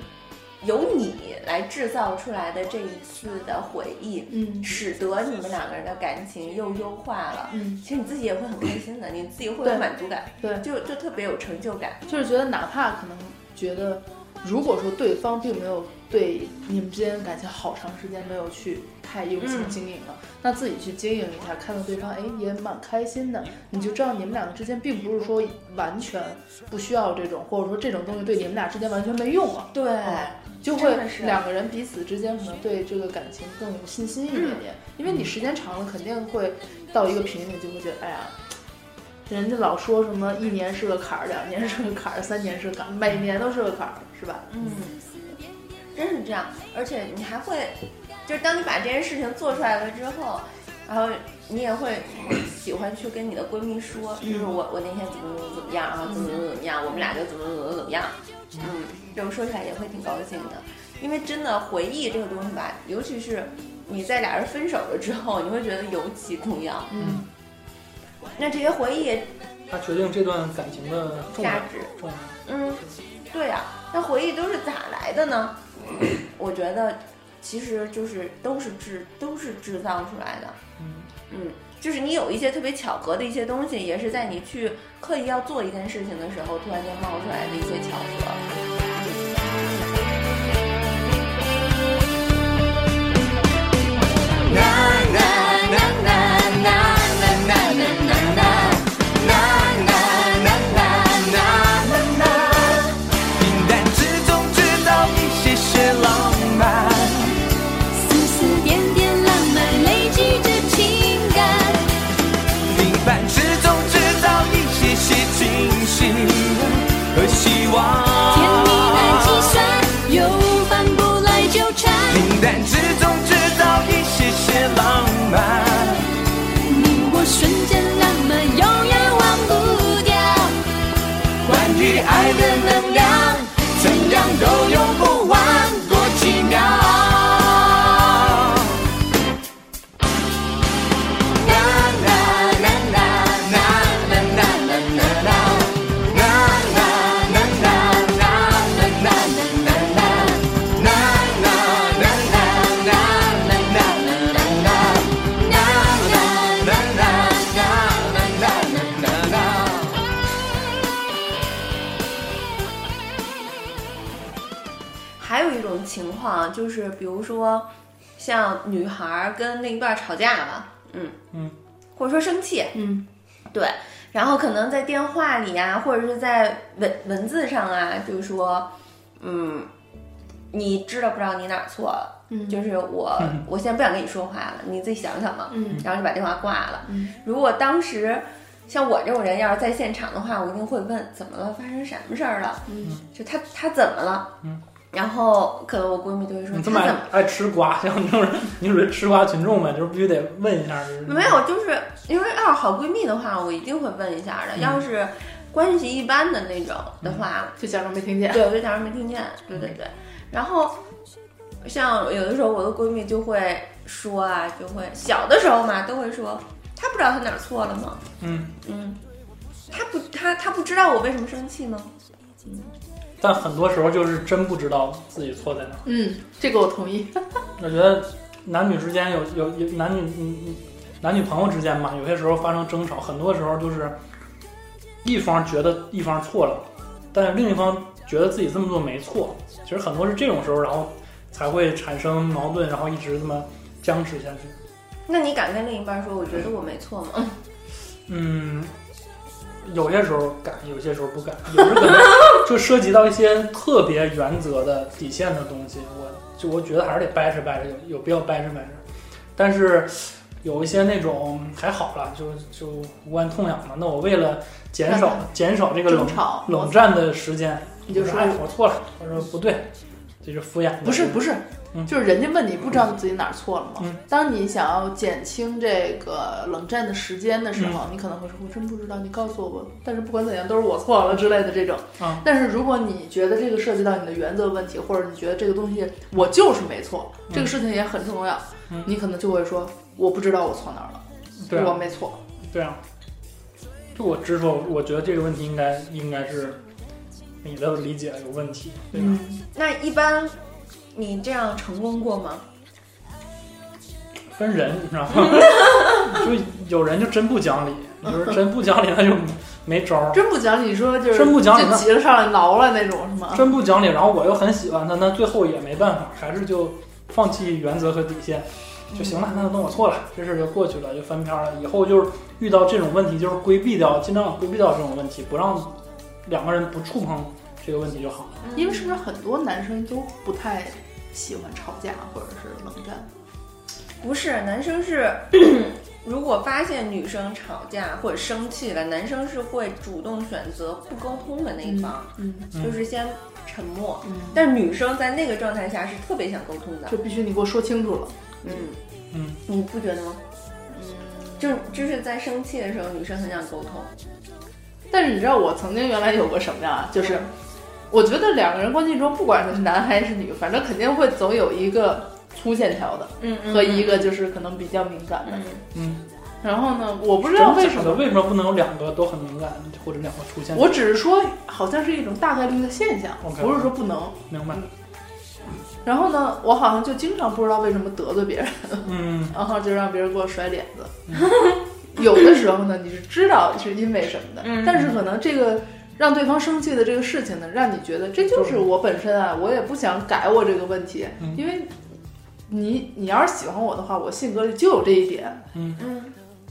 由你来制造出来的这一次的回忆，嗯使得你们两个人的感情又优化了。嗯，其实你自己也会很开心的，你自己会对有满足感，对，就就特别有成就感。就是觉得哪怕可能觉得，如果说对方并没有对你们之间的感情好长时间没有去太用心经营了，那自己去经营一下，看到对方哎也蛮开心的，你就知道你们两个之间并不是说完全不需要这种，或者说这种东西对你们俩之间完全没用啊。对，就会真的是两个人彼此之间可能对这个感情更有信心一点点，因嗯为你时间长了肯定会到一个瓶颈，就会觉得哎呀，人家老说什么一年是个坎儿，两年是个坎儿，三年是个坎儿，每年都是个坎儿，是吧？嗯，真是这样。而且你还会，就是当你把这件事情做出来了之后，然后你也会喜欢去跟你的闺蜜说，就是嗯我我那天怎么怎么怎么样，然后怎么怎么怎么样，我们俩就怎么怎么怎么样。嗯，这种说起来也会挺高兴的，因为真的回忆这个东西吧，尤其是你在俩人分手了之后，你会觉得尤其重要。嗯，那这些回忆也它决定这段感情的重要价值。重要。嗯，对呀、那回忆都是咋来的呢？我觉得其实就是都是制都是制造出来的。嗯，嗯，就是你有一些特别巧合的一些东西，也是在你去刻意要做一件事情的时候，突然间冒出来的一些巧合。平淡之中制造一些些浪漫。丝丝点点浪漫累积着情感，平凡之中制造一些些惊喜和希望。甜蜜难计算，又翻不来纠缠。平淡之中制造一些些浪漫。你我瞬间浪漫，永远忘不掉。关于爱的能量，怎样都用不完，多奇妙。还有一种情况就是，比如说像女孩儿跟另一半儿吵架吧，嗯嗯，或者说生气，嗯，对，然后可能在电话里啊，或者是在文文字上啊，就是说，嗯，你知道不知道你哪儿错了？嗯就是 我，我现在不想跟你说话了，你自己想想吧。嗯然后就把电话挂了。嗯如果当时像我这种人要是在现场的话，我一定会问怎么了，发生什么事儿了？嗯就他他怎么了？嗯。然后可能我闺蜜就会说你这么他爱怎么爱吃瓜， 像你这种人，你属于吃瓜群众呗，就是必须得问一下。就是没有，就是因为要是好闺蜜的话，我一定会问一下的。要是关系一般的那种的话，就假装没听见。对，我就假装没听见。对对对，然后像有的时候我的闺蜜就会说啊，就会小的时候嘛，都会说她不知道她哪儿错了吗？嗯，嗯，她不她她不知道我为什么生气吗？但很多时候就是真不知道自己错在哪儿。嗯，这个我同意。我觉得男女之间有有有男女嗯嗯男女朋友之间嘛，有些时候发生争吵，很多时候就是一方觉得一方错了，但是另一方觉得自己这么做没错。其实很多是这种时候，然后才会产生矛盾，然后一直这么僵持下去。那你敢跟另一半说我觉得我没错吗？嗯，有些时候敢，有些时候不敢，有时候 可能就涉及到一些特别原则的底线的东西，我就我觉得还是得掰扯掰扯，有有必要掰扯掰扯。但是有一些那种还好了，就就无关痛痒嘛。那我为了减少 减少这个冷争吵，冷战的时间，你就我说哎我错了，我说不对，这是敷衍的。不是不是嗯，就是人家问你不知道自己哪儿错了吗？嗯当你想要减轻这个冷战的时间的时候，嗯你可能会说：“我真不知道，你告诉我吧。”但是不管怎样，都是我错了之类的这种。啊但是如果你觉得这个涉及到你的原则问题，或者你觉得这个东西我就是没错，这个事情也很重要，嗯你可能就会说：“我不知道我错哪儿了，对我啊没错。对啊，就我执着，我觉得这个问题应该应该是你的理解有问题，对吧？嗯，那一般你这样成功过吗？分人，你知道吗？就有人就真不讲理，你说真不讲理，那就没招儿。真不讲理，说就是真不讲理就急了上来挠了那种是吗？真不讲理，然后我又很喜欢他，那最后也没办法，还是就放弃原则和底线，就行了。那就当我错了，这事儿就过去了，就翻篇儿了。以后就是遇到这种问题，就是规避掉，尽量规避掉这种问题，不让两个人不触碰这个问题就好了。因为是不是很多男生都不太喜欢吵架或者是冷战？不是，男生是 如果发现女生吵架或者生气了，男生是会主动选择不沟通的那一方，嗯嗯就是先沉默。嗯，但女生在那个状态下是特别想沟通的就，必须你给我说清楚了。嗯嗯，你不觉得吗？嗯，就就是在生气的时候，女生很想沟通，但是你知道我曾经原来有过什么样啊？就是我觉得两个人关系中，不管是男还是女，反正肯定会总有一个粗线条的嗯和一个就是可能比较敏感的。嗯嗯，然后呢，我不知道为什真么假的，为什么不能有两个都很敏感，或者两个出现？我只是说好像是一种大概率的现象 OK 不是说不能。明白。然后呢，我好像就经常不知道为什么得罪别人。嗯， 然后就让别人给我甩脸子。有的时候呢，你是知道是因为什么的，嗯但是可能这个让对方生气的这个事情呢，让你觉得这就是我本身啊，我也不想改我这个问题，嗯因为你你要是喜欢我的话，我性格里就有这一点，嗯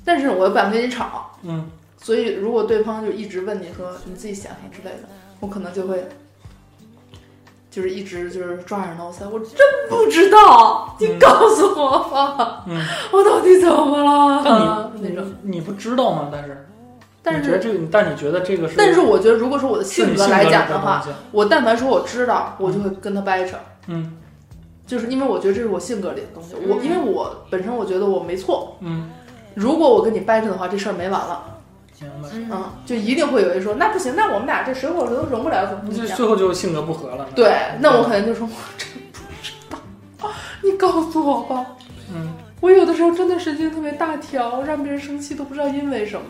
但是我又不敢跟你吵，嗯，所以如果对方就一直问你说你自己想想之类的，我可能就会。就是一直就是抓耳挠腮，我真不知道，你嗯告诉我吧，嗯我到底怎么了？但你那种，你不知道吗？但是，但你觉得是这个，但你觉得这个是？但是我觉得，如果说我的是性你格性来里讲的东话，西，我但凡说我知道，我就会跟他掰扯，嗯就是因为我觉得这是我性格里的东西。我嗯因为我本身我觉得我没错，嗯，如果我跟你掰扯的话，这事儿没完了，明白。嗯嗯，就一定会有人说那不行，那我们俩这水火流融不了，怎么那怎就么样？最后就嗯性格不合了。对，那我可能就说，我真不知道，你告诉我吧。嗯，我有的时候真的神经特别大条，让别人生气都不知道因为什么。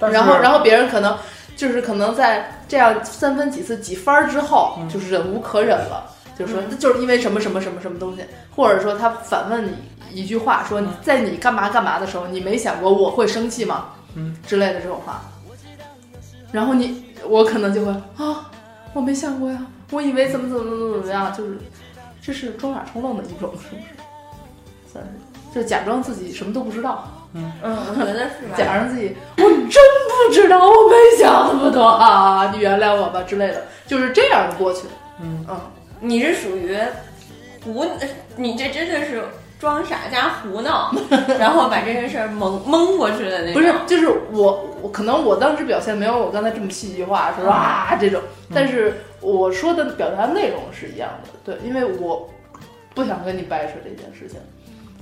但是然后，然后别人可能就是可能在这样三分几次几番儿之后，嗯就是忍无可忍了，就说那就是因为什么什么什么什么东西，或者说他反问你一句话，说嗯在你干嘛干嘛的时候，你没想过我会生气吗？嗯之类的这种话，然后你我可能就会啊，我没想过呀，我以为怎么怎么怎么怎么样，就是这是装傻充愣的一种，是不是？算是。就假装自己什么都不知道，嗯，我觉得 是吧？假装自己我真不知道，我没想那么多啊，你原谅我吧之类的，就是这样的过去。嗯，嗯，你是属于胡， 你这真的是装傻加胡 闹，然后把这件事儿蒙蒙过去的那种。不是，就是我，我可能我当时表现没有我刚才这么戏剧化，说啊这种，但是我说的表达内容是一样的，对，因为我不想跟你掰扯这件事情，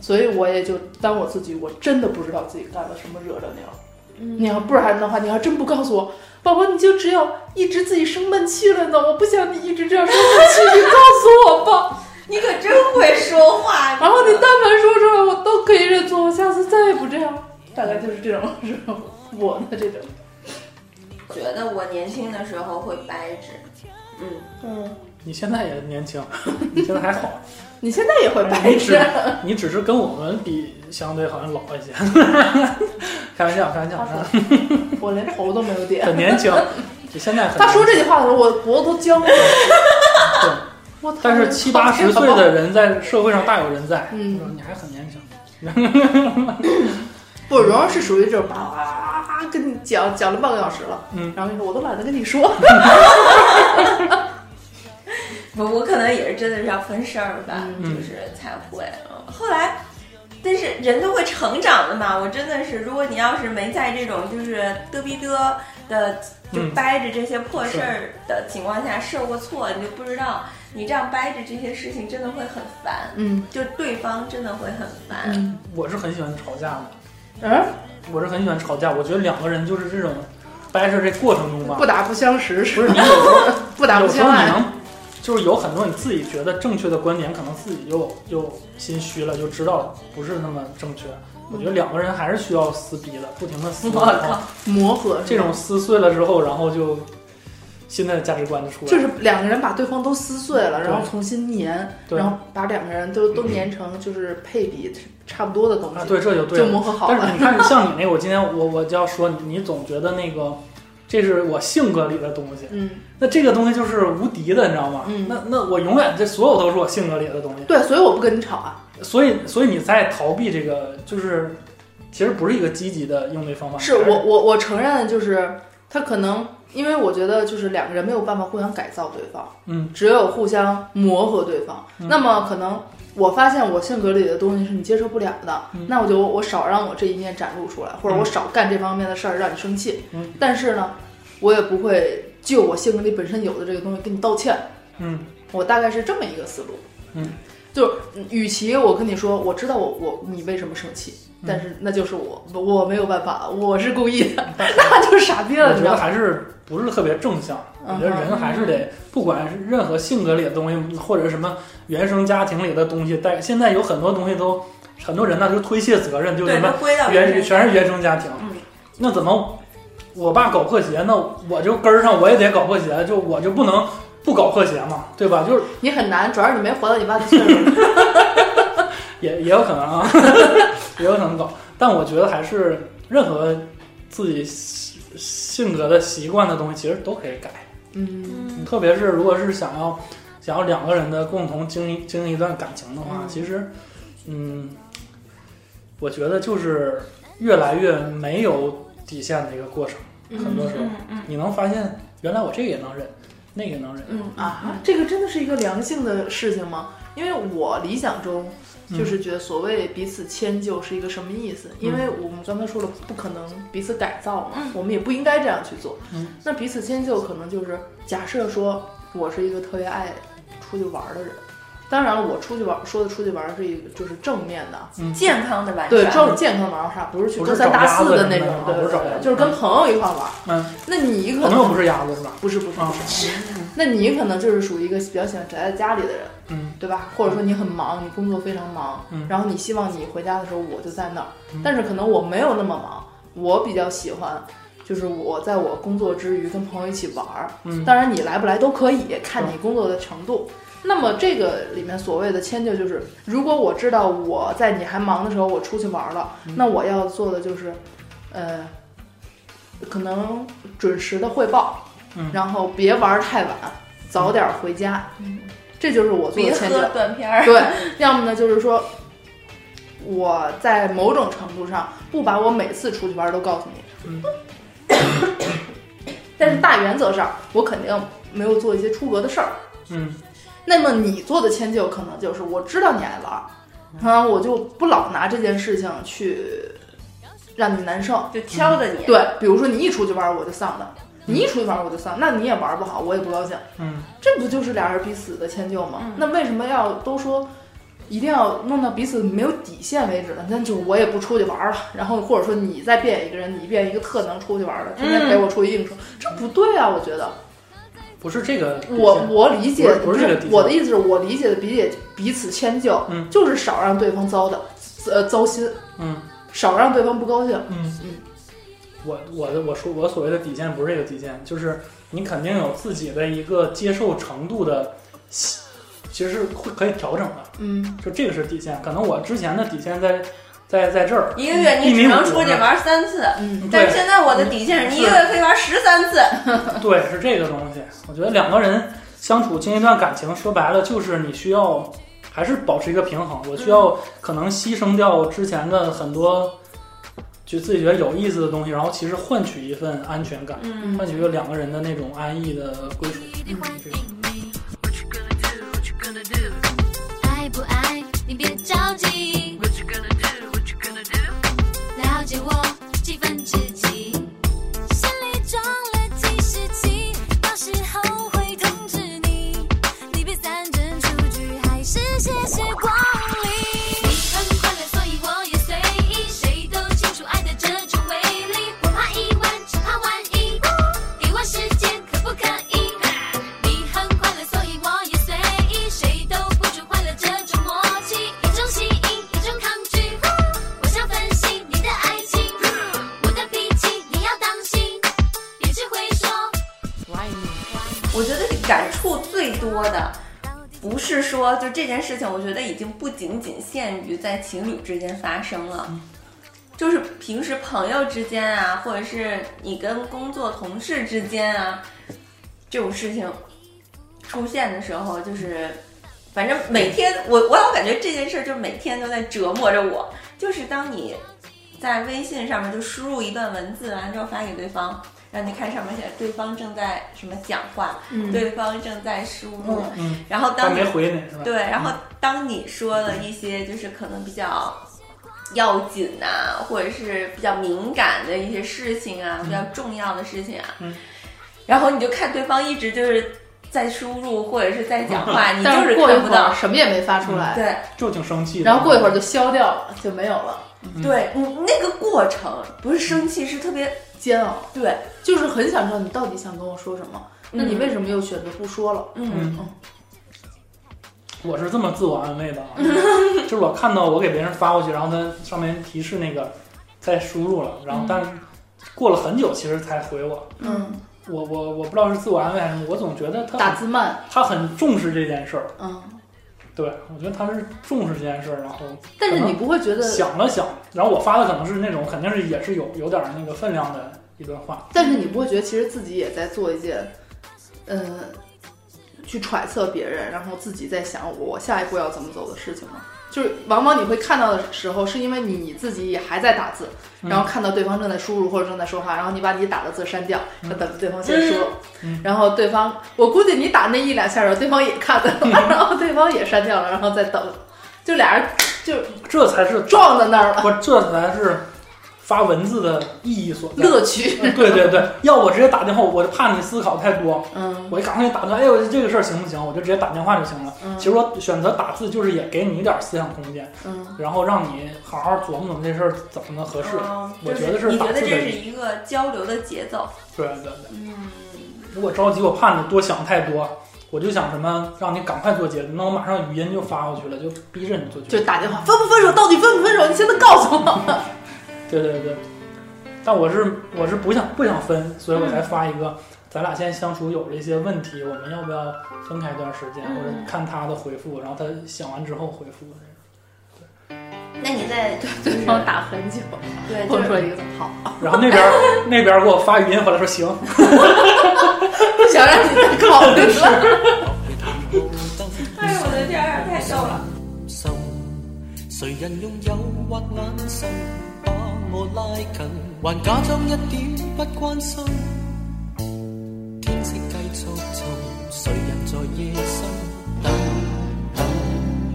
所以我也就当我自己，我真的不知道自己干了什么惹着你了。你要不然的话，你要真不告诉我，宝宝，你就只有一直自己生闷气了呢。我不想你一直这样生闷气，你告诉我吧。你可真会说话。然后你但凡说出来，我都可以认错，我下次再也不这样。大概就是这种，是吧我的这种。觉得我年轻的时候会掰直，嗯，嗯，你现在也年轻， 你现在还好，你现在也会白你痴只？你只嗯是跟我们比，相对好像老一些。 开玩笑，开玩笑，啊我连头都没有点。很年 轻。你现在很他说这句话的时候，我脖子都僵了。对，我操！但是七八十岁的人在社会上大有人在，嗯你还很年轻。不蓉蓉是属于这种啊，跟你讲讲了半个小时了，嗯然后你说我都懒得跟你说，我我可能也是真的是要分事儿吧，嗯就是才会。嗯后来，但是人都会成长的嘛。我真的是，如果你要是没在这种就是嘚逼嘚的就嗯掰着这些破事儿的情况下受过挫，你就不知道你这样掰着这些事情真的会很烦，嗯就对方真的会很烦。嗯，我是很喜欢吵架的，嗯，我是很喜欢吵架。我觉得两个人就是这种掰扯这过程中吧，不打不相识，不是是你有时候 不打有不时候相你爱。能，就是有很多你自己觉得正确的观点，可能自己又又心虚了，就知道不是那么正确，我觉得两个人还是需要撕逼的，不停的撕。啊我靠，磨合这是吧种撕碎了之后，然后就新的价值观就出来了。就是两个人把对方都撕碎了，对然后重新粘，对嗯然后把两个人都都粘成就是配比差不多的东啊，西，对，这就对就了。磨合好但是了。你看，像你那，我今天我我就要说，你总觉得那个这是我性格里的东西，嗯，那这个东西就是无敌的，你知道吗？嗯那那我永远这所有都是我性格里的东西，对，所以我不跟你吵啊。所以所以你在逃避这个，就是其实不是一个积极的应对方法。是我我我承认，就是他可能因为我觉得就是两个人没有办法互相改造对方，嗯，只有互相磨合对方。嗯那么可能我发现我性格里的东西是你接受不了的，嗯那我就我少让我这一面展露出来，或者我少干这方面的事儿让你生气。嗯但是呢，我也不会就我性格里本身有的这个东西跟你道歉。嗯我大概是这么一个思路。嗯，就是与其我跟你说我知道我我你为什么生气，嗯但是那就是我我没有办法，我是故意的，那 就是傻逼了，嗯我你知觉道得吗？还是不是特别正向。我嗯觉得人还是得，不管是任何性格里的东西，或者什么原生家庭里的东西，但现在有很多东西都，很多人呢就推卸责任，就什对，么都归到原身全是原生家庭。嗯那怎么我爸搞破鞋，那我就根儿上我也得搞破鞋，就我就不能不搞破鞋嘛，对吧？就是你很难，主要是你没活到你爸的岁数。 也也有可能啊， 也有可能搞，但我觉得还是任何自己性性格的习惯的东西，其实都可以改。嗯，特别是如果是想要想要两个人的共同经历经历一段感情的话，嗯其实，嗯，我觉得就是越来越没有底线的一个过程。嗯很多时嗯候，你能发现原来我这个也能忍，那个也能忍。嗯啊，这个真的是一个良性的事情吗？因为我理想中嗯就是觉得所谓彼此迁就是一个什么意思？因为我们刚才说了，不可能彼此改造嘛，我们也不应该这样去做。嗯那彼此迁就可能就是假设说我是一个特别爱出去玩儿的人，当然了，我出去玩儿说的出去玩儿是一个就是正面的，健康的玩对，耍，正健康玩儿啥，不是去不勾是三找搭鸭四子的那什么种的啊，对不是对找鸭对，子就是跟朋友一块玩儿。嗯，那你可朋友能不是鸭子是吧？不是不是啊不是，那你可能就是属于一个比较喜欢宅在家里的人，嗯，对吧？或者说你很忙，你工作非常忙，嗯然后你希望你回家的时候我就在那儿，嗯但是可能我没有那么忙，我比较喜欢。就是我在我工作之余跟朋友一起玩儿，嗯当然你来不来都可以，看你工作的程度。那么这个里面所谓的迁就，就是如果我知道我在你还忙的时候我出去玩了，嗯那我要做的就是，呃，可能准时的汇报，嗯然后别玩儿太晚，早点儿回家，嗯这就是我做的别迁就喝。断片儿。对，要么呢就是说，我在某种程度上不把我每次出去玩儿都告诉你，嗯但是大原则上我肯定没有做一些出格的事儿。嗯那么你做的迁就可能就是我知道你爱玩儿，啊，我就不老拿这件事情去让你难受。就挑着你，对，比如说你一出去玩儿我就丧的，你一出去玩儿我就丧，那你也玩儿不好，我也不高兴。嗯，这不就是俩人彼此的迁就吗？那为什么要都说一定要弄到彼此没有底线为止呢？那就我也不出去玩了，然后或者说你再变一个人，你变一个特能出去玩的，天天陪我出去应酬，这不对啊！我觉得，不是这个底线。我我理解不是不是这个底线我的意思是我理解的彼此彼此迁就，嗯就是少让对方糟的呃糟心，嗯少让对方不高兴。嗯嗯，我我的我说我所谓的底线不是这个底线，就是你肯定有自己的一个接受程度的，其实是会可以调整的。嗯，就这个是底线，可能我之前的底线在在在这儿，一个月你只能出去玩三次，嗯但对是现在我的底线是你一个月可以玩十三次。对，是这个东西。我觉得两个人相处经营一段感情，说白了就是你需要还是保持一个平衡。嗯我需要可能牺牲掉之前的很多，就自己觉得有意思的东西，然后其实换取一份安全感，嗯换取一个两个人的那种安逸的归属。这个爱不爱你别着急。了解我几分之几，心里装了计时器，到时候会通知你。你别三针出局，还是谢谢光临。你很快乐，所以我也随意，谁都清楚爱的这种威力。我怕一万，只怕万一，给我时间可不可以？你很触最多的，不是说就这件事情，我觉得已经不仅仅限于在情侣之间发生了，就是平时朋友之间啊，或者是你跟工作同事之间啊，这种事情出现的时候，就是反正每天我我老感觉这件事儿就每天都在折磨着我，就是当你在微信上面就输入一段文字，完了之后发给对方，然后你看上面写对方正在什么讲话，嗯对方正在输入，嗯，然后他当没你回你是吧？对，然后当你说了一些就是可能比较要紧呐、或者是比较敏感的一些事情啊，比较重要的事情啊，嗯然后你就看对方一直就是在输入或者是在讲话， 你就但是过一看会不儿到。什么也没发出来，对就挺生气的。然后过一会儿就消掉了，就没有了，嗯对，你那个过程不是生气，是特别煎熬。对。就是很想知道你到底想跟我说什么，那你为什么又选择不说了？嗯嗯，我是这么自我安慰的啊， 就是我看到我给别人发过去，然后它上面提示那个在输入了，然后但是过了很久，其实才回我。嗯，我我我不知道是自我安慰还是什么，我总觉得他打很字慢，他很重视这件事儿，嗯，对我觉得他是重视这件事儿，然后但是你不会觉得，想了想，然后我发的可能是那种肯定是也是有有点儿那个分量的一段话，但是你不会觉得其实自己也在做一件，呃，去揣测别人，然后自己在想我下一步要怎么走的事情吗？就是往往你会看到的时候，是因为你自己也还在打字，嗯然后看到对方正在输入或者正在说话，然后你把你打的字删掉，嗯要等对方先说，嗯然后对方，我估计你打那一两下的时候，对方也看到了，然后对方也删掉了，然后再等，就俩人就这才是撞在那儿了，不这才是发文字的意义所 在。乐趣，嗯对对对，要我直接打电话，我就怕你思考太多，嗯我就赶快打电话，哎呦，这个事儿行不行？我就直接打电话就行了。嗯其实我选择打字，就是也给你一点思想空间，嗯，然后让你好好琢磨琢磨这事儿怎么能合适。嗯我就觉得是你打觉得字这的是意一个交流的节奏，对对对，嗯，如果着急，我怕你多想太多，我就想什么让你赶快做决定，那我马上语音就发过去了，就逼着你做决就定。打电话分不分手，到底分不分手？你现在告诉我。对对对，但我是我是不想不想分，所以我嗯才发一个，咱俩现在相处有了一些问题，我们要不要分开一段时间，嗯或者看他的回复，然后他想完之后回复。那你在对对方打很久，对就蹦是出来一个字好，然后那边 那边给我发语音回来说行，啊不想让你再考虑了。哎呦我的天儿，太逗了。受，谁人用诱惑眼神把我拉近，还假装一点不关心。天色继续沉，谁人在夜深等等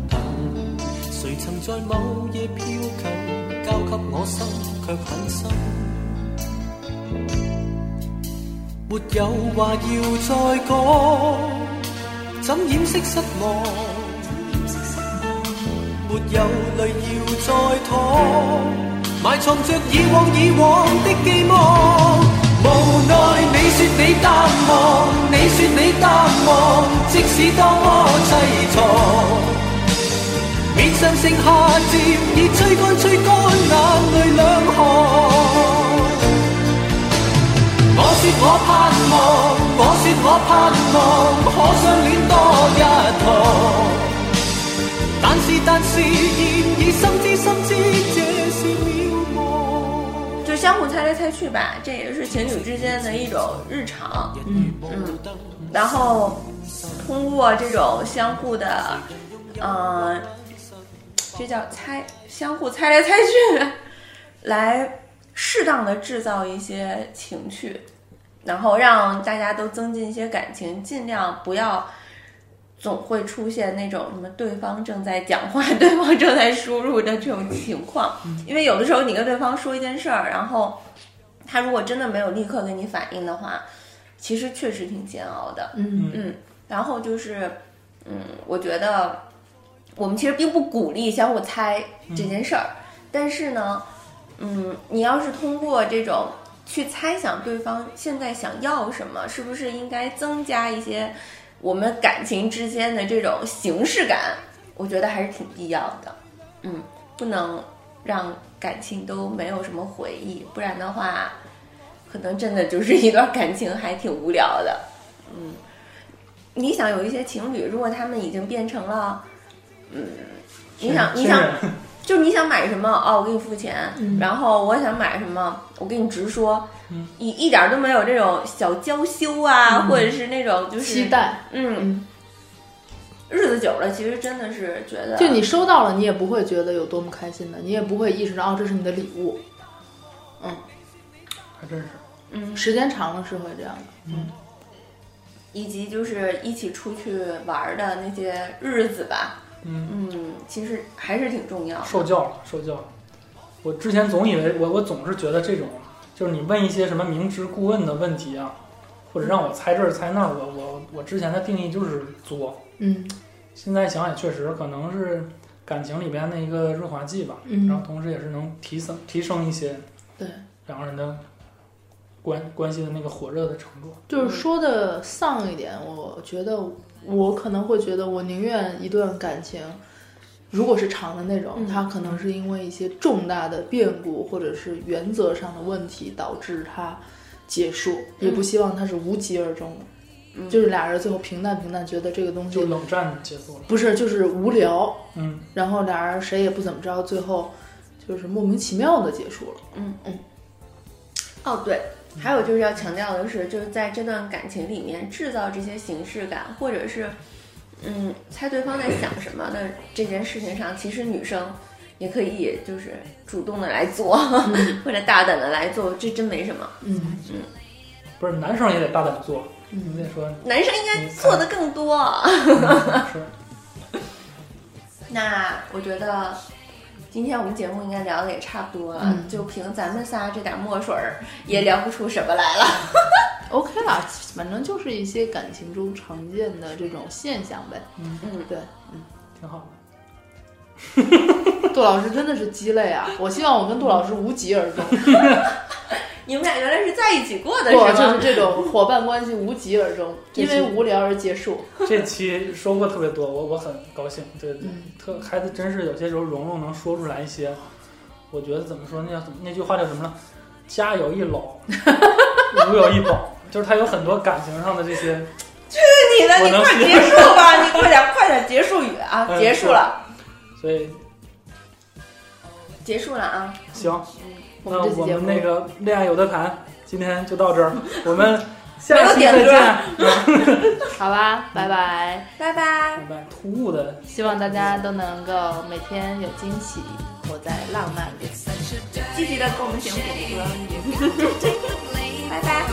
等？谁曾在某夜飘近，交给我心却狠心。没有话要再讲，怎掩饰失望？没有泪要再淌，埋藏着以往以往的寄望。無奈你說你淡忘，你說你淡忘，即使多麼凄怆，面上剩下漸已吹乾吹乾眼淚兩行。我說我盼望，我說我盼望，可相戀多一趟。但是但是，然而心知心知，这是渺茫。就相互猜来猜去吧，这也是情侣之间的一种日常。嗯嗯，然后通过这种相互的，呃，这叫猜，相互猜来猜去，来适当的制造一些情趣，然后让大家都增进一些感情，尽量不要。总会出现那种什么对方正在讲话，对方正在输入的这种情况，因为有的时候你跟对方说一件事儿，然后他如果真的没有立刻给你反应的话，其实确实挺煎熬的。嗯嗯，然后就是，嗯，我觉得我们其实并不鼓励相互猜这件事儿，但是呢，嗯，你要是通过这种去猜想对方现在想要什么，是不是应该增加一些我们感情之间的这种形式感？我觉得还是挺必要的。嗯，不能让感情都没有什么回忆，不然的话，可能真的就是一段感情还挺无聊的。嗯，你想有一些情侣，如果他们已经变成了，嗯，你是想你是想就你想买什么哦，我给你付钱，嗯然后我想买什么，我给你直说，嗯一一点都没有这种小娇羞啊，或者是那种就嗯是期，待，嗯，嗯，日子久了，其实真的是觉得就你收到了，你也不会觉得有多么开心的，你也不会意识到哦，这是你的礼物。 还真是。嗯，时间长了是会这样的，以及就是一起出去玩的那些日子吧，嗯，嗯，其实还是挺重要的，受教了，受教了。我之前总以为我我总是觉得这种就是你问一些什么明知故问的问题啊，或者让我猜这儿猜那儿，我我我之前的定义就是作。嗯现在想也确实可能是感情里边的一个润滑剂吧，然嗯，后同时也是能提升提升一些对两个人的关关系的那个火热的程度。就是说的丧一点，我觉得我可能会觉得，我宁愿一段感情。如果是长的那种，嗯它可能是因为一些重大的变故或者是原则上的问题导致它结束，也不希望它是无疾而终的，嗯就是俩人最后平淡平淡，觉得这个东就西冷战结束了，不是就是无聊，嗯，然后俩人谁也不怎么着，最后就是莫名其妙的结束了。哦，对，还有就是要强调的是，就是在这段感情里面制造这些形式感，或者是嗯猜对方在想什么的这件事情上，其实女生也可以就是主动的来做， 或者大胆的来做，这真没什么。嗯不是男生也得大胆做，你嗯得 说男生应该做的更多。嗯是那我觉得。今天我们节目应该聊的也差不多了，嗯就凭咱们仨这点墨水儿，也聊不出什么来了。 ，OK 啦，反正就是一些感情中常见的这种现象呗。嗯，对，挺好的。杜老师真的是鸡肋啊！我希望我跟杜老师无疾而 终，你们俩原来是在一起过的是不吗？就是这种伙伴关系无疾而终，这因是为无聊而结束。这期收获特别多，我我很高兴。对，对嗯特孩子真是有些时候蓉蓉能说出来一些，我觉得怎么说那叫怎么那句话叫什么呢？家有一老，如有一宝， 就是他有很多感情上的这些。你的，我你能快结束吧，你快点快点结束语啊，嗯结束了，所以结束了啊，行，我那们这期我节目们那个恋爱有的谈今天就到这儿，我们没下有期点再歌见。好吧，拜拜！拜拜。拜拜，突兀的希望大家都能够每天有惊喜，活在浪漫里。积极的给我们点鼓励，拜拜。